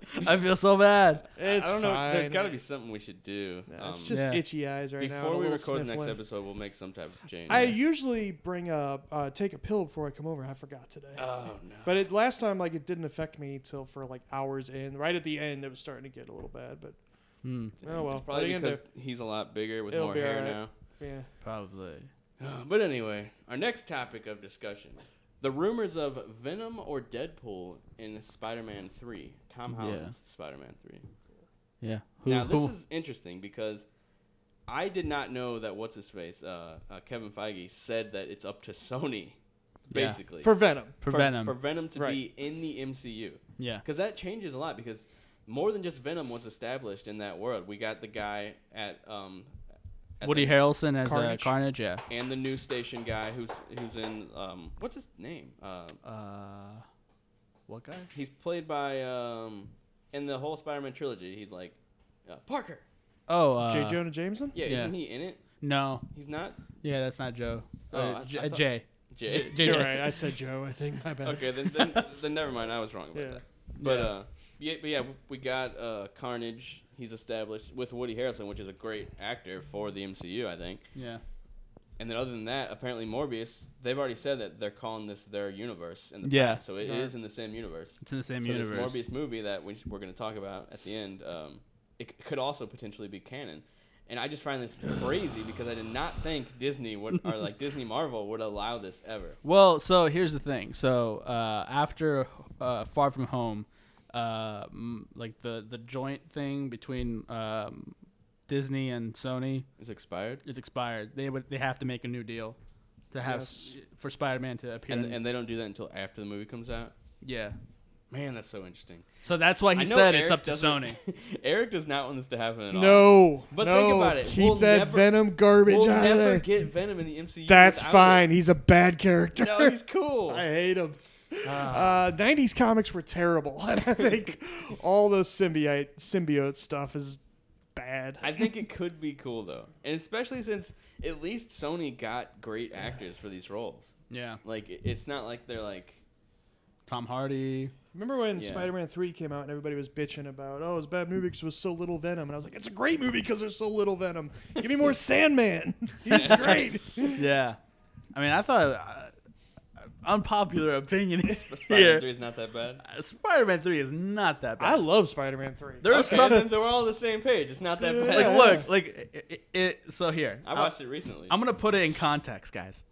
Speaker 3: I feel so bad.
Speaker 4: It's
Speaker 2: I don't know. There's
Speaker 4: fine.
Speaker 2: got to be something we should do.
Speaker 4: Yeah, it's
Speaker 2: Um,
Speaker 4: just
Speaker 3: Yeah.
Speaker 4: itchy eyes right now.
Speaker 2: before
Speaker 4: and a
Speaker 2: we
Speaker 4: little
Speaker 2: record the next
Speaker 4: sniffling.
Speaker 2: episode, we'll make some type of change.
Speaker 4: I usually bring up uh, take a pill before I come over. I forgot today.
Speaker 2: oh no.
Speaker 4: but it last time like it didn't affect me till for like hours in. Right at the end, it was starting to get a little bad. But
Speaker 3: Hmm,
Speaker 4: oh well.
Speaker 2: it's
Speaker 4: What are
Speaker 2: probably
Speaker 4: you gonna
Speaker 2: because he's a lot bigger with
Speaker 4: It'll
Speaker 2: more
Speaker 4: be
Speaker 2: hair
Speaker 4: alright.
Speaker 2: now. Oh,
Speaker 4: do? Yeah.
Speaker 3: probably.
Speaker 2: But anyway, our next topic of discussion the rumors of Venom or Deadpool in Spider Man 3, Tom
Speaker 3: Yeah.
Speaker 2: Holland's Spider Man 3.
Speaker 3: Yeah.
Speaker 2: now, this is interesting because I did not know that what's his face, uh, uh, Kevin Feige, said that it's up to Sony,
Speaker 3: Yeah.
Speaker 2: basically.
Speaker 4: For Venom.
Speaker 3: for Venom.
Speaker 2: For Venom to
Speaker 4: Right.
Speaker 2: be in the MCU.
Speaker 3: yeah.
Speaker 2: Because that changes a lot. Because more than just Venom was established in that world. We got the guy at um, at
Speaker 3: Woody
Speaker 2: the,
Speaker 3: Harrelson as Carnage.
Speaker 4: Carnage?
Speaker 3: Uh, Carnage. Yeah.
Speaker 2: and the news station guy who's who's in um, what's his name? Uh,
Speaker 3: Uh, what guy?
Speaker 2: he's played by um, in the whole Spider-Man trilogy. He's like uh, Parker.
Speaker 3: Oh, uh,
Speaker 4: J. Jonah Jameson.
Speaker 2: Yeah,
Speaker 3: Yeah.
Speaker 2: isn't he in it?
Speaker 3: No.
Speaker 2: He's not
Speaker 3: Yeah, that's not Joe.
Speaker 2: Oh,
Speaker 3: Uh,
Speaker 2: I-
Speaker 3: J-
Speaker 2: I thought-
Speaker 3: Jay.
Speaker 2: Jay.
Speaker 3: J-
Speaker 4: You're
Speaker 3: J-
Speaker 4: right. I said Joe. I think my bad.
Speaker 2: okay, then, then then never mind. I was wrong about
Speaker 4: Yeah.
Speaker 2: that. But
Speaker 3: Yeah.
Speaker 2: uh, yeah, but yeah, we got uh, Carnage. He's established with Woody Harrelson, which is a great actor for the MCU, I think.
Speaker 3: Yeah.
Speaker 2: And then other than that, apparently Morbius, they've already said that they're calling this their universe. In the
Speaker 3: Yeah.
Speaker 2: past, so it is
Speaker 4: Right.
Speaker 2: in the same universe.
Speaker 3: It's in the same
Speaker 2: so
Speaker 3: universe.
Speaker 2: this Morbius movie that we, we're going to talk about at the end, um, it c- could also potentially be canon. And I just find this crazy because I did not think Disney would, or like Disney Marvel would allow this ever.
Speaker 3: Well, so here's the thing. So uh, after uh, Far From Home, uh, m- like the the joint thing between um, Disney and Sony
Speaker 2: It's expired,
Speaker 3: is expired. They would they have to make a new deal to have s for Spider-Man to appear.
Speaker 2: and
Speaker 3: in-
Speaker 2: and they don't do that until after the movie comes out.
Speaker 3: yeah.
Speaker 2: Man, that's so interesting.
Speaker 3: So that's why he
Speaker 2: I know
Speaker 3: said it's
Speaker 2: Eric
Speaker 3: up to
Speaker 2: doesn't-
Speaker 3: Sony.
Speaker 2: Eric does not want this to happen at all.
Speaker 4: No,
Speaker 2: But
Speaker 4: no,
Speaker 2: think about it.
Speaker 4: Keep
Speaker 2: We'll
Speaker 4: that
Speaker 2: never-
Speaker 4: Venom garbage
Speaker 2: We'll
Speaker 4: out
Speaker 2: never
Speaker 4: of there.
Speaker 2: get Venom in the MCU.
Speaker 4: That's
Speaker 2: without
Speaker 4: fine.
Speaker 2: it.
Speaker 4: He's a bad character.
Speaker 2: No, he's Ah. cool.
Speaker 4: I hate him. Uh, 90s comics were terrible, and I think all the symbiote symbiote stuff is bad.
Speaker 2: I think it could be cool though, and especially since at least Sony got great actors for these roles.
Speaker 3: yeah.
Speaker 2: Like it- it's not like they're like
Speaker 3: Tom Hardy.
Speaker 4: Remember when
Speaker 2: Yeah.
Speaker 4: Spider-Man 3 came out and everybody was bitching about, "Oh, it's a bad movie because there was so little Venom." And I was like, "It's a great movie because there's so little Venom. Give me more Sandman. He's great."
Speaker 3: Yeah. I mean, I thought uh, unpopular opinion
Speaker 2: Spider-Man
Speaker 3: here.
Speaker 2: Three is not that bad.
Speaker 3: Spider-Man 3 is not that bad.
Speaker 4: I love Spider-Man 3.
Speaker 3: there is
Speaker 2: Okay,
Speaker 3: some
Speaker 2: then they're all on the same page. It's not that bad.
Speaker 3: like look like it, it, it so here
Speaker 2: I watched it recently.
Speaker 3: am gonna put it in context guys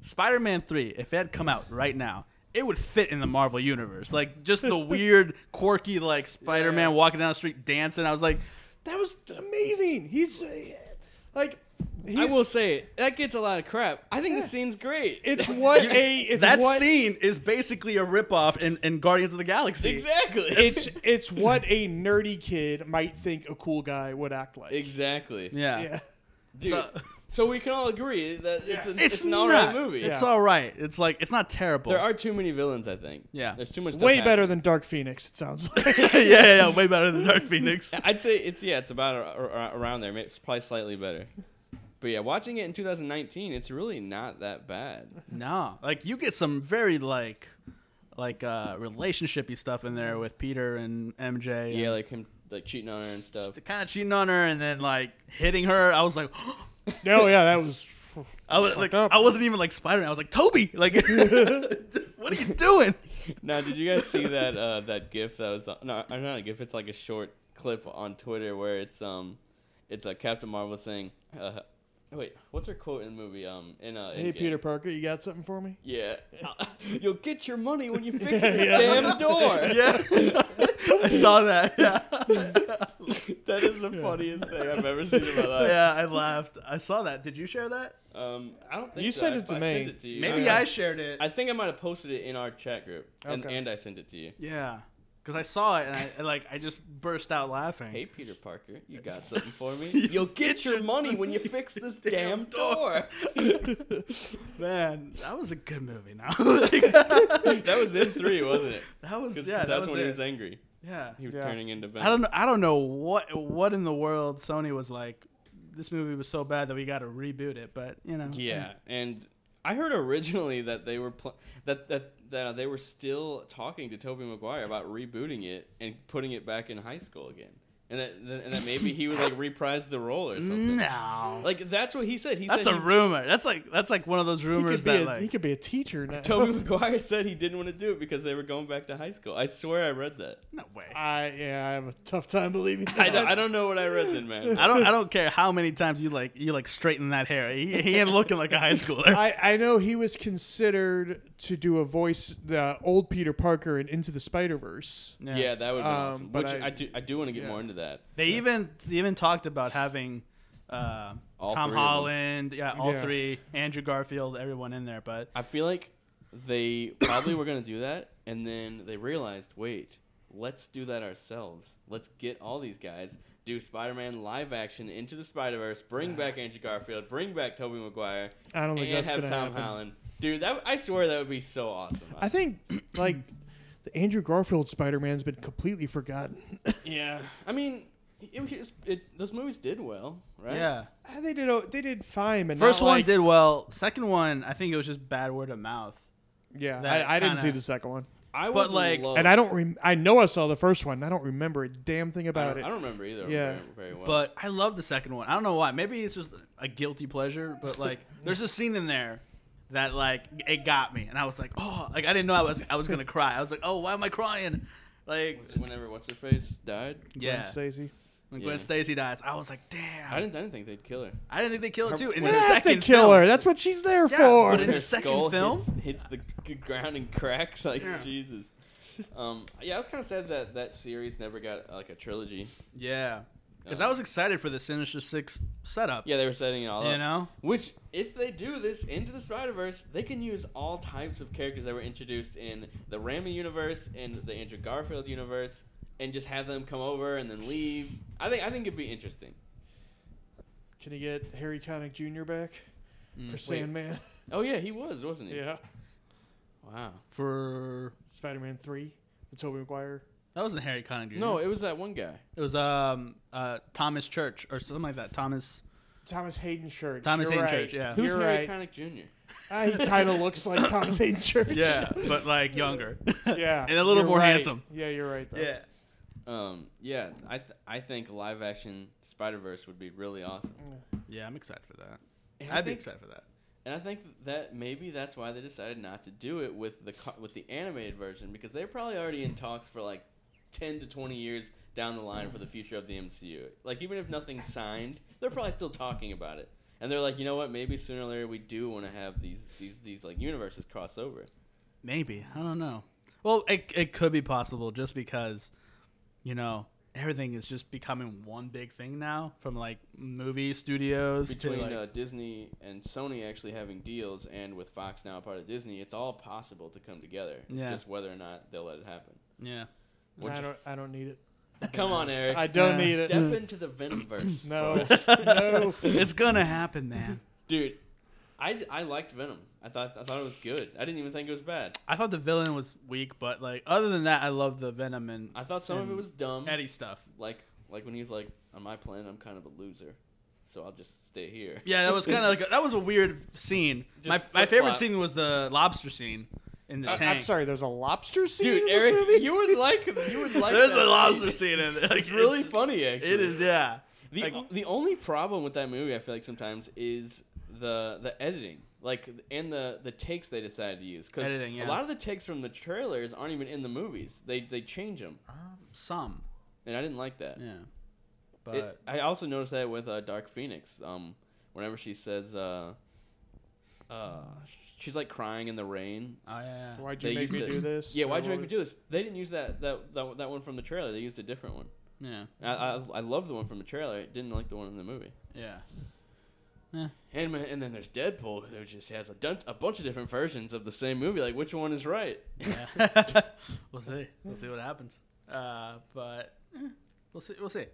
Speaker 3: spider-man 3 if it had come out right now it would fit in the marvel universe like just the weird quirky like spider-man walking down the street dancing i was like
Speaker 4: That was amazing. He's uh, like he's,
Speaker 2: I will say it, that gets a lot of crap. I think the scene's great.
Speaker 4: it's what a it's
Speaker 3: that
Speaker 4: what
Speaker 3: scene is basically a ripoff in, in guardians of the galaxy
Speaker 2: exactly.
Speaker 4: it's it's what a nerdy kid might think a cool guy would act like.
Speaker 2: exactly.
Speaker 3: yeah,
Speaker 4: Yeah.
Speaker 2: Dude,
Speaker 3: So-
Speaker 2: so, we can all agree that it's,
Speaker 4: Yes.
Speaker 2: a, it's,
Speaker 3: it's,
Speaker 2: an
Speaker 3: not
Speaker 2: alright movie.
Speaker 3: it's
Speaker 4: Yeah.
Speaker 3: all right it's like it's not terrible
Speaker 2: There are too many villains, I think.
Speaker 3: Yeah.
Speaker 2: There's too much. Stuff
Speaker 4: Way
Speaker 2: happening.
Speaker 4: better than Dark Phoenix. It sounds like.
Speaker 3: yeah, yeah yeah way better than dark phoenix
Speaker 2: I'd say it's yeah, it's about ar- ar- around there. It's probably slightly better. But yeah, watching it in 2019, it's really not that bad.
Speaker 3: No, like you get some very like like uh relationshipy stuff in there with Peter and MJ.
Speaker 2: Yeah,
Speaker 3: and
Speaker 2: like him like cheating on her and stuff.
Speaker 3: kind of cheating on her and then like hitting her. I was like,
Speaker 4: no, yeah, that was.
Speaker 3: I was
Speaker 4: Fucked
Speaker 3: like,
Speaker 4: up.
Speaker 3: I wasn't even like Spider Man. I was like Toby, like, what are you doing?
Speaker 2: Now, did you guys see that uh, that GIF that was no, uh, not a GIF. It's like a short clip on Twitter where it's um, it's a uh, Captain Marvel saying, uh, wait, what's her quote in the movie? Um, in uh,
Speaker 4: Hey,
Speaker 2: Endgame?
Speaker 4: Peter Parker, you got something for me?
Speaker 2: Yeah, you'll get your money when you fix the damn door.
Speaker 3: Yeah, I saw that. Yeah,
Speaker 2: that is the funniest thing I've ever seen in my life.
Speaker 3: yeah, I laughed. I saw that. Did you share that?
Speaker 2: Um, I don't think
Speaker 4: You
Speaker 2: so.
Speaker 4: sent
Speaker 2: I-
Speaker 4: it to
Speaker 2: I
Speaker 4: me.
Speaker 2: sent it to you.
Speaker 3: Maybe
Speaker 2: Yeah.
Speaker 3: I shared it.
Speaker 2: I think I might have posted it in our chat group, and,
Speaker 4: Okay.
Speaker 2: and I sent it to you.
Speaker 3: yeah, because I saw it and I and, like I just burst out laughing.
Speaker 2: Hey, Peter Parker, you got something for me? You'll get your
Speaker 3: Shit.
Speaker 2: money when you fix this
Speaker 3: Damn
Speaker 2: damn door.
Speaker 3: Man, that was a good movie. Now that
Speaker 2: that was in three, wasn't it?
Speaker 3: was
Speaker 2: 'Cause-
Speaker 3: yeah,
Speaker 2: 'cause
Speaker 3: that
Speaker 2: that's
Speaker 3: was
Speaker 2: when he was
Speaker 3: it.
Speaker 2: angry.
Speaker 3: Yeah,
Speaker 2: He was
Speaker 4: Yeah.
Speaker 2: turning into Venom.
Speaker 3: I don't know. I don't know what what in the world Sony was like. This movie was so bad that we got to reboot it. But you know,
Speaker 2: Yeah, and I heard originally that they were pl- that that that they were still talking to Toby Maguire about rebooting it and putting it back in high school again, and that and that maybe he would like reprise the role or something.
Speaker 3: no,
Speaker 2: Like that's what he said. He
Speaker 3: that's
Speaker 2: said
Speaker 3: a
Speaker 2: he-
Speaker 3: rumor. That's like that's like one of those
Speaker 4: He could,
Speaker 3: rumors
Speaker 4: be
Speaker 3: that
Speaker 4: a,
Speaker 3: like
Speaker 4: he could be a teacher now.
Speaker 2: Toby McGuire said he didn't want to do it because they were going back to high school. I swear I read that.
Speaker 3: no way.
Speaker 4: I yeah, I have a tough time believing that.
Speaker 2: I don't, I don't know what I read then, man.
Speaker 3: I don't I don't care how many times you like you like straighten that hair. He, he ain't looking like a high schooler.
Speaker 4: I, I know he was considered to do a voice, the old Peter Parker in Into the Spider Verse.
Speaker 2: Yeah, that would be
Speaker 4: Um,
Speaker 2: awesome.
Speaker 4: but
Speaker 2: Which I,
Speaker 4: I-
Speaker 2: do. I do want to get
Speaker 4: yeah.
Speaker 2: more into that.
Speaker 3: They even they even talked about having uh,
Speaker 2: All
Speaker 3: Tom
Speaker 2: three of them.
Speaker 3: Holland, yeah, all
Speaker 4: Yeah.
Speaker 3: three, Andrew Garfield, everyone in there. But
Speaker 2: I feel like they probably were gonna do that, and then they realized, wait, let's do that ourselves. Let's get all these guys. Do Spider-Man live action into the Spider-Verse. Bring back Andrew Garfield. Bring back Tobey Maguire.
Speaker 4: I don't think
Speaker 2: and
Speaker 4: that's
Speaker 2: have
Speaker 4: gonna
Speaker 2: Tom
Speaker 4: happen.
Speaker 2: Holland. Dude, that I swear that would be so awesome.
Speaker 4: I think like the Andrew Garfield Spider Man's been completely forgotten.
Speaker 2: yeah. I mean, it, was- it- those movies did well, right?
Speaker 3: yeah,
Speaker 4: Ah, They did o- they did fine, but
Speaker 3: first
Speaker 4: not
Speaker 3: one
Speaker 4: like-
Speaker 3: did well. Second one, I think it was just bad word of mouth.
Speaker 4: Yeah,
Speaker 3: that
Speaker 4: I, I didn't
Speaker 3: kinda-
Speaker 4: see the second one,
Speaker 2: I would
Speaker 3: But, like-
Speaker 2: love-
Speaker 4: and I don't. Rem- I know I saw the first one. and I don't remember a damn thing
Speaker 2: I
Speaker 4: about
Speaker 2: don't,
Speaker 4: it.
Speaker 2: I don't remember either.
Speaker 4: Yeah.
Speaker 2: Very, very well.
Speaker 3: But I love the second one. I don't know why. Maybe it's just a guilty pleasure, but like there's a scene in there that like it got me, and I was like, oh, like I didn't know I was I was gonna cry. I was like, oh, why am I crying? Like
Speaker 2: Whenever what's her face died,
Speaker 3: yeah,
Speaker 4: Gwen Stacy.
Speaker 3: when Gwen
Speaker 2: Yeah.
Speaker 3: Stacy dies, I was like, damn,
Speaker 2: I didn't. I didn't think they'd kill her.
Speaker 3: think they killed her too. In
Speaker 4: They
Speaker 3: the
Speaker 4: have to
Speaker 3: second
Speaker 4: kill
Speaker 3: film.
Speaker 4: her. That's what she's there
Speaker 3: Yeah,
Speaker 4: for.
Speaker 3: but Oh, in the
Speaker 2: Her
Speaker 3: second
Speaker 2: skull
Speaker 3: film?
Speaker 2: hits, hits the g- ground and cracks like
Speaker 3: Yeah.
Speaker 2: Jesus. Um, yeah, I was kind of sad that that series never got like a trilogy.
Speaker 3: Yeah, because
Speaker 2: Um,
Speaker 3: I was excited for the Sinister Six setup.
Speaker 2: Yeah, they were setting it all up.
Speaker 3: you know.
Speaker 2: Which, if they do this into the Spider Verse, they can use all types of characters that were introduced in the Raimi universe and the Andrew Garfield universe, and just have them come over and then leave. I think I think it'd be interesting.
Speaker 4: Can you get Harry Connick Jr. back
Speaker 3: Mm.
Speaker 4: for Sandman?
Speaker 2: Oh yeah, he was, wasn't he?
Speaker 4: yeah.
Speaker 2: Wow.
Speaker 3: For
Speaker 4: Spider-Man 3 with Tobey Maguire.
Speaker 3: that wasn't Harry Connick. Jr.
Speaker 2: No, it was that one guy.
Speaker 3: It was um uh Thomas Church or something like that. Thomas.
Speaker 4: Thomas Hayden Church.
Speaker 3: Thomas
Speaker 4: You're
Speaker 3: Hayden
Speaker 4: right.
Speaker 3: Church, yeah.
Speaker 2: Who's
Speaker 4: You're
Speaker 2: Harry
Speaker 4: right.
Speaker 2: Connick Jr.?
Speaker 4: Ah, he kind of looks like Thomas Hayden Church.
Speaker 3: but like younger.
Speaker 4: Yeah.
Speaker 3: and a little
Speaker 4: you're
Speaker 3: more
Speaker 4: right.
Speaker 3: handsome.
Speaker 4: Yeah, you're right though.
Speaker 3: Yeah.
Speaker 2: Um, yeah, I th- I think live action Spider Verse would be really awesome.
Speaker 3: Yeah, I'm excited for that.
Speaker 2: And I
Speaker 3: I'd be
Speaker 2: think,
Speaker 3: excited for that.
Speaker 2: and I think that maybe that's why they decided not to do it with the co- with the animated version because they're probably already in talks for like ten to twenty years down the line for the future of the MCU. Like even if nothing's signed, they're probably still talking about it. And they're like, you know what? Maybe sooner or later we do want to have these these these like universes cross over.
Speaker 3: Maybe I don't know. Well, it it could be possible just because, you know, everything is just becoming one big thing now. From like movie studios
Speaker 2: between
Speaker 3: to like,
Speaker 2: uh, Disney and Sony actually having deals, and with Fox now a part of Disney, it's all possible to come together. It's
Speaker 3: Yeah.
Speaker 2: just whether or not they'll let it happen.
Speaker 3: yeah.
Speaker 2: What'd
Speaker 4: I
Speaker 2: you-
Speaker 4: don't. I don't need it.
Speaker 2: come on, Eric.
Speaker 4: I don't
Speaker 3: Yeah.
Speaker 4: need
Speaker 2: Step
Speaker 4: it.
Speaker 2: into the Venomverse,
Speaker 4: No. no.
Speaker 3: It's gonna happen, man.
Speaker 2: dude. I, I liked Venom. I thought I thought it was good. I didn't even think it was bad.
Speaker 3: I thought the villain was weak, but like other than that, I love the Venom and
Speaker 2: I thought some of it
Speaker 3: And
Speaker 2: was dumb,
Speaker 3: Eddie stuff.
Speaker 2: like like when he was like, "On my planet, I'm kind of a loser, so I'll just stay here."
Speaker 3: Yeah, that was kind of like a, that was a weird scene.
Speaker 2: Just
Speaker 3: my my favorite
Speaker 2: flip-flop.
Speaker 3: scene was the lobster scene in the
Speaker 2: I- I'm
Speaker 3: tank.
Speaker 4: I'm sorry. There's a lobster scene
Speaker 2: dude.
Speaker 4: in this
Speaker 2: Eric,
Speaker 4: movie.
Speaker 2: you would like you would like.
Speaker 3: There's
Speaker 2: that
Speaker 3: a lobster scene
Speaker 2: scene.
Speaker 3: in it. Like,
Speaker 2: It's really funny, actually.
Speaker 3: It is, yeah.
Speaker 2: The,
Speaker 3: Like-
Speaker 2: o- the only problem with that movie, I feel like sometimes, is the the editing, like and the the takes they decided to use. Because
Speaker 3: Editing, yeah.
Speaker 2: a lot of the takes from the trailers aren't even in the movies. They they change them,
Speaker 3: Um, some,
Speaker 2: and I didn't like that.
Speaker 3: yeah. But
Speaker 2: It- I also noticed that with uh, Dark Phoenix. Um, whenever she says, uh, uh, she's like crying in the rain.
Speaker 3: oh yeah,
Speaker 4: Why'd
Speaker 2: They
Speaker 4: you make
Speaker 2: used
Speaker 4: me
Speaker 2: to-
Speaker 4: do this?
Speaker 2: Yeah,
Speaker 4: Or
Speaker 2: why'd you
Speaker 4: what
Speaker 2: make me
Speaker 4: was-
Speaker 2: do this? They didn't use that that that, that one from the trailer. They used a different one.
Speaker 3: yeah,
Speaker 2: I, I I love the one from the trailer. I didn't like the one in the movie.
Speaker 3: yeah.
Speaker 2: And ma- and then there's Deadpool, who just has a, dun- a bunch of different versions of the same movie. Like, which one is right?
Speaker 3: yeah. we'll see. We'll see what happens. Uh, but eh, we'll see. We'll see.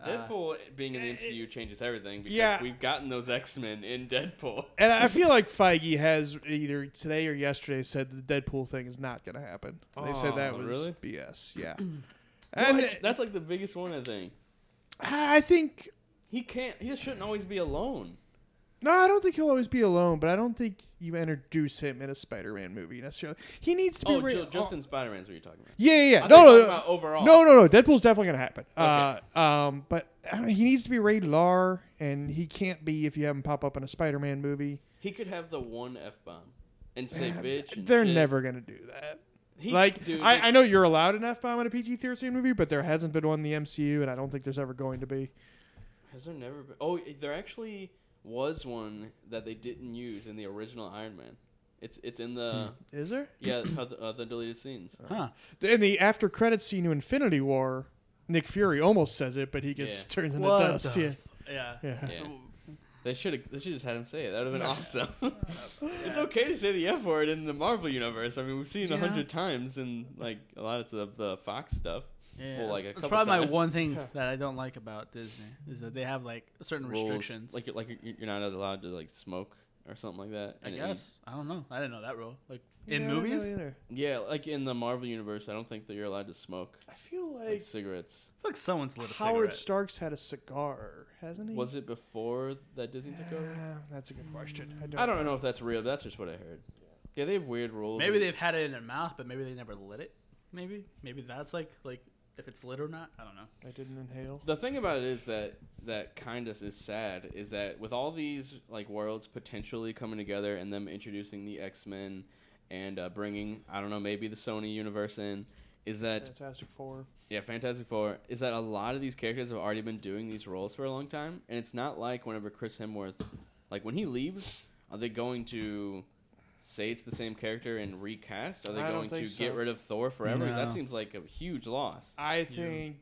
Speaker 3: Uh,
Speaker 2: Deadpool being in the
Speaker 4: eh,
Speaker 2: MCU changes everything because
Speaker 4: Yeah.
Speaker 2: we've gotten those X Men in Deadpool.
Speaker 4: And I feel like Feige has either today or yesterday said the Deadpool thing is not going to happen. They said that
Speaker 2: Oh,
Speaker 4: was
Speaker 2: really?
Speaker 4: BS. Yeah. and uh,
Speaker 2: What? That's like the biggest one, I think.
Speaker 4: I think
Speaker 2: He can't. He just shouldn't always be alone.
Speaker 4: no, I don't think he'll always be alone, but I don't think you introduce him in a Spider-Man movie necessarily. He needs to be
Speaker 2: Oh,
Speaker 4: re-
Speaker 2: Ju- just
Speaker 4: oh,
Speaker 2: in Spider Man's what you're talking about.
Speaker 4: Yeah, yeah, yeah.
Speaker 2: I
Speaker 4: No,
Speaker 2: thought you
Speaker 4: no,
Speaker 2: were
Speaker 4: no.
Speaker 2: talking about overall.
Speaker 4: No, no, no. Deadpool's definitely gonna happen. Uh, um, but I don't know, he needs to be Ray Lar, and he can't be if you have him pop up in a Spider-Man movie.
Speaker 2: He could have the one f bomb and say bitch. and
Speaker 4: They're
Speaker 2: shit.
Speaker 4: never gonna do that.
Speaker 2: He,
Speaker 4: like
Speaker 2: dude,
Speaker 4: I,
Speaker 2: they-
Speaker 4: I know you're allowed an F bomb in a PG thirteen movie, but there hasn't been one in the MCU, and I don't think there's ever going to be.
Speaker 2: Has there never been? Oh, i- there actually was one that they didn't use in the original Iron Man. It's it's in the
Speaker 4: Is there?
Speaker 2: yeah uh, the, uh, the deleted scenes.
Speaker 3: Huh.
Speaker 4: In the after credit scene to Infinity War, Nick Fury almost says it, but he gets
Speaker 2: Yeah.
Speaker 4: turned into
Speaker 3: What
Speaker 4: dust.
Speaker 3: the
Speaker 4: yeah.
Speaker 3: f- yeah.
Speaker 4: yeah.
Speaker 2: Yeah. They should have. They should just had him say it. That would have been awesome. it's okay to say the F word in the Marvel universe. I mean, we've seen it a
Speaker 3: Yeah.
Speaker 2: hundred times in like a lot of the, the Fox stuff.
Speaker 3: Yeah,
Speaker 2: Well, like a
Speaker 3: it's
Speaker 2: couple
Speaker 3: probably my
Speaker 2: times.
Speaker 3: one thing
Speaker 4: Yeah.
Speaker 3: that I don't like about Disney is that they have like certain
Speaker 2: Rules,
Speaker 3: restrictions.
Speaker 2: Like you're- like you're- you're not allowed to like smoke or something like that.
Speaker 3: I
Speaker 2: and eat.
Speaker 3: guess I don't know. I didn't know that rule. Like
Speaker 4: Yeah,
Speaker 3: in
Speaker 4: I don't know
Speaker 3: movies,
Speaker 4: either.
Speaker 2: Yeah, like in the Marvel universe, I don't think that you're allowed to smoke
Speaker 4: I feel
Speaker 2: like
Speaker 4: like
Speaker 2: cigarettes.
Speaker 3: I feel like someone's lit a
Speaker 4: Howard
Speaker 3: cigarette.
Speaker 4: Stark's had a cigar, hasn't he?
Speaker 2: Was it before that Disney took over?
Speaker 4: Ah, that's a good question. I don't,
Speaker 2: I don't know if that's real. But that's just what I heard. Yeah, they have weird rules.
Speaker 3: Maybe
Speaker 2: and-
Speaker 3: they've had it in their mouth, but maybe they never lit it. Maybe, maybe that's like like if it's lit or not. I don't know.
Speaker 4: I didn't inhale.
Speaker 2: The thing about it is that that kind of is sad is that with all these like worlds potentially coming together and them introducing the X Men and uh, bringing I don't know maybe the Sony universe in is that
Speaker 4: Fantastic Four.
Speaker 2: yeah Fantastic Four is that a lot of these characters have already been doing these roles for a long time and it's not like whenever Chris Hemsworth like when he leaves are they going to say it's the same character and recast are they
Speaker 4: I don't
Speaker 2: going to
Speaker 4: think
Speaker 2: get
Speaker 4: so.
Speaker 2: rid of Thor forever 'Cause
Speaker 3: No.
Speaker 2: that seems like a huge loss
Speaker 4: I think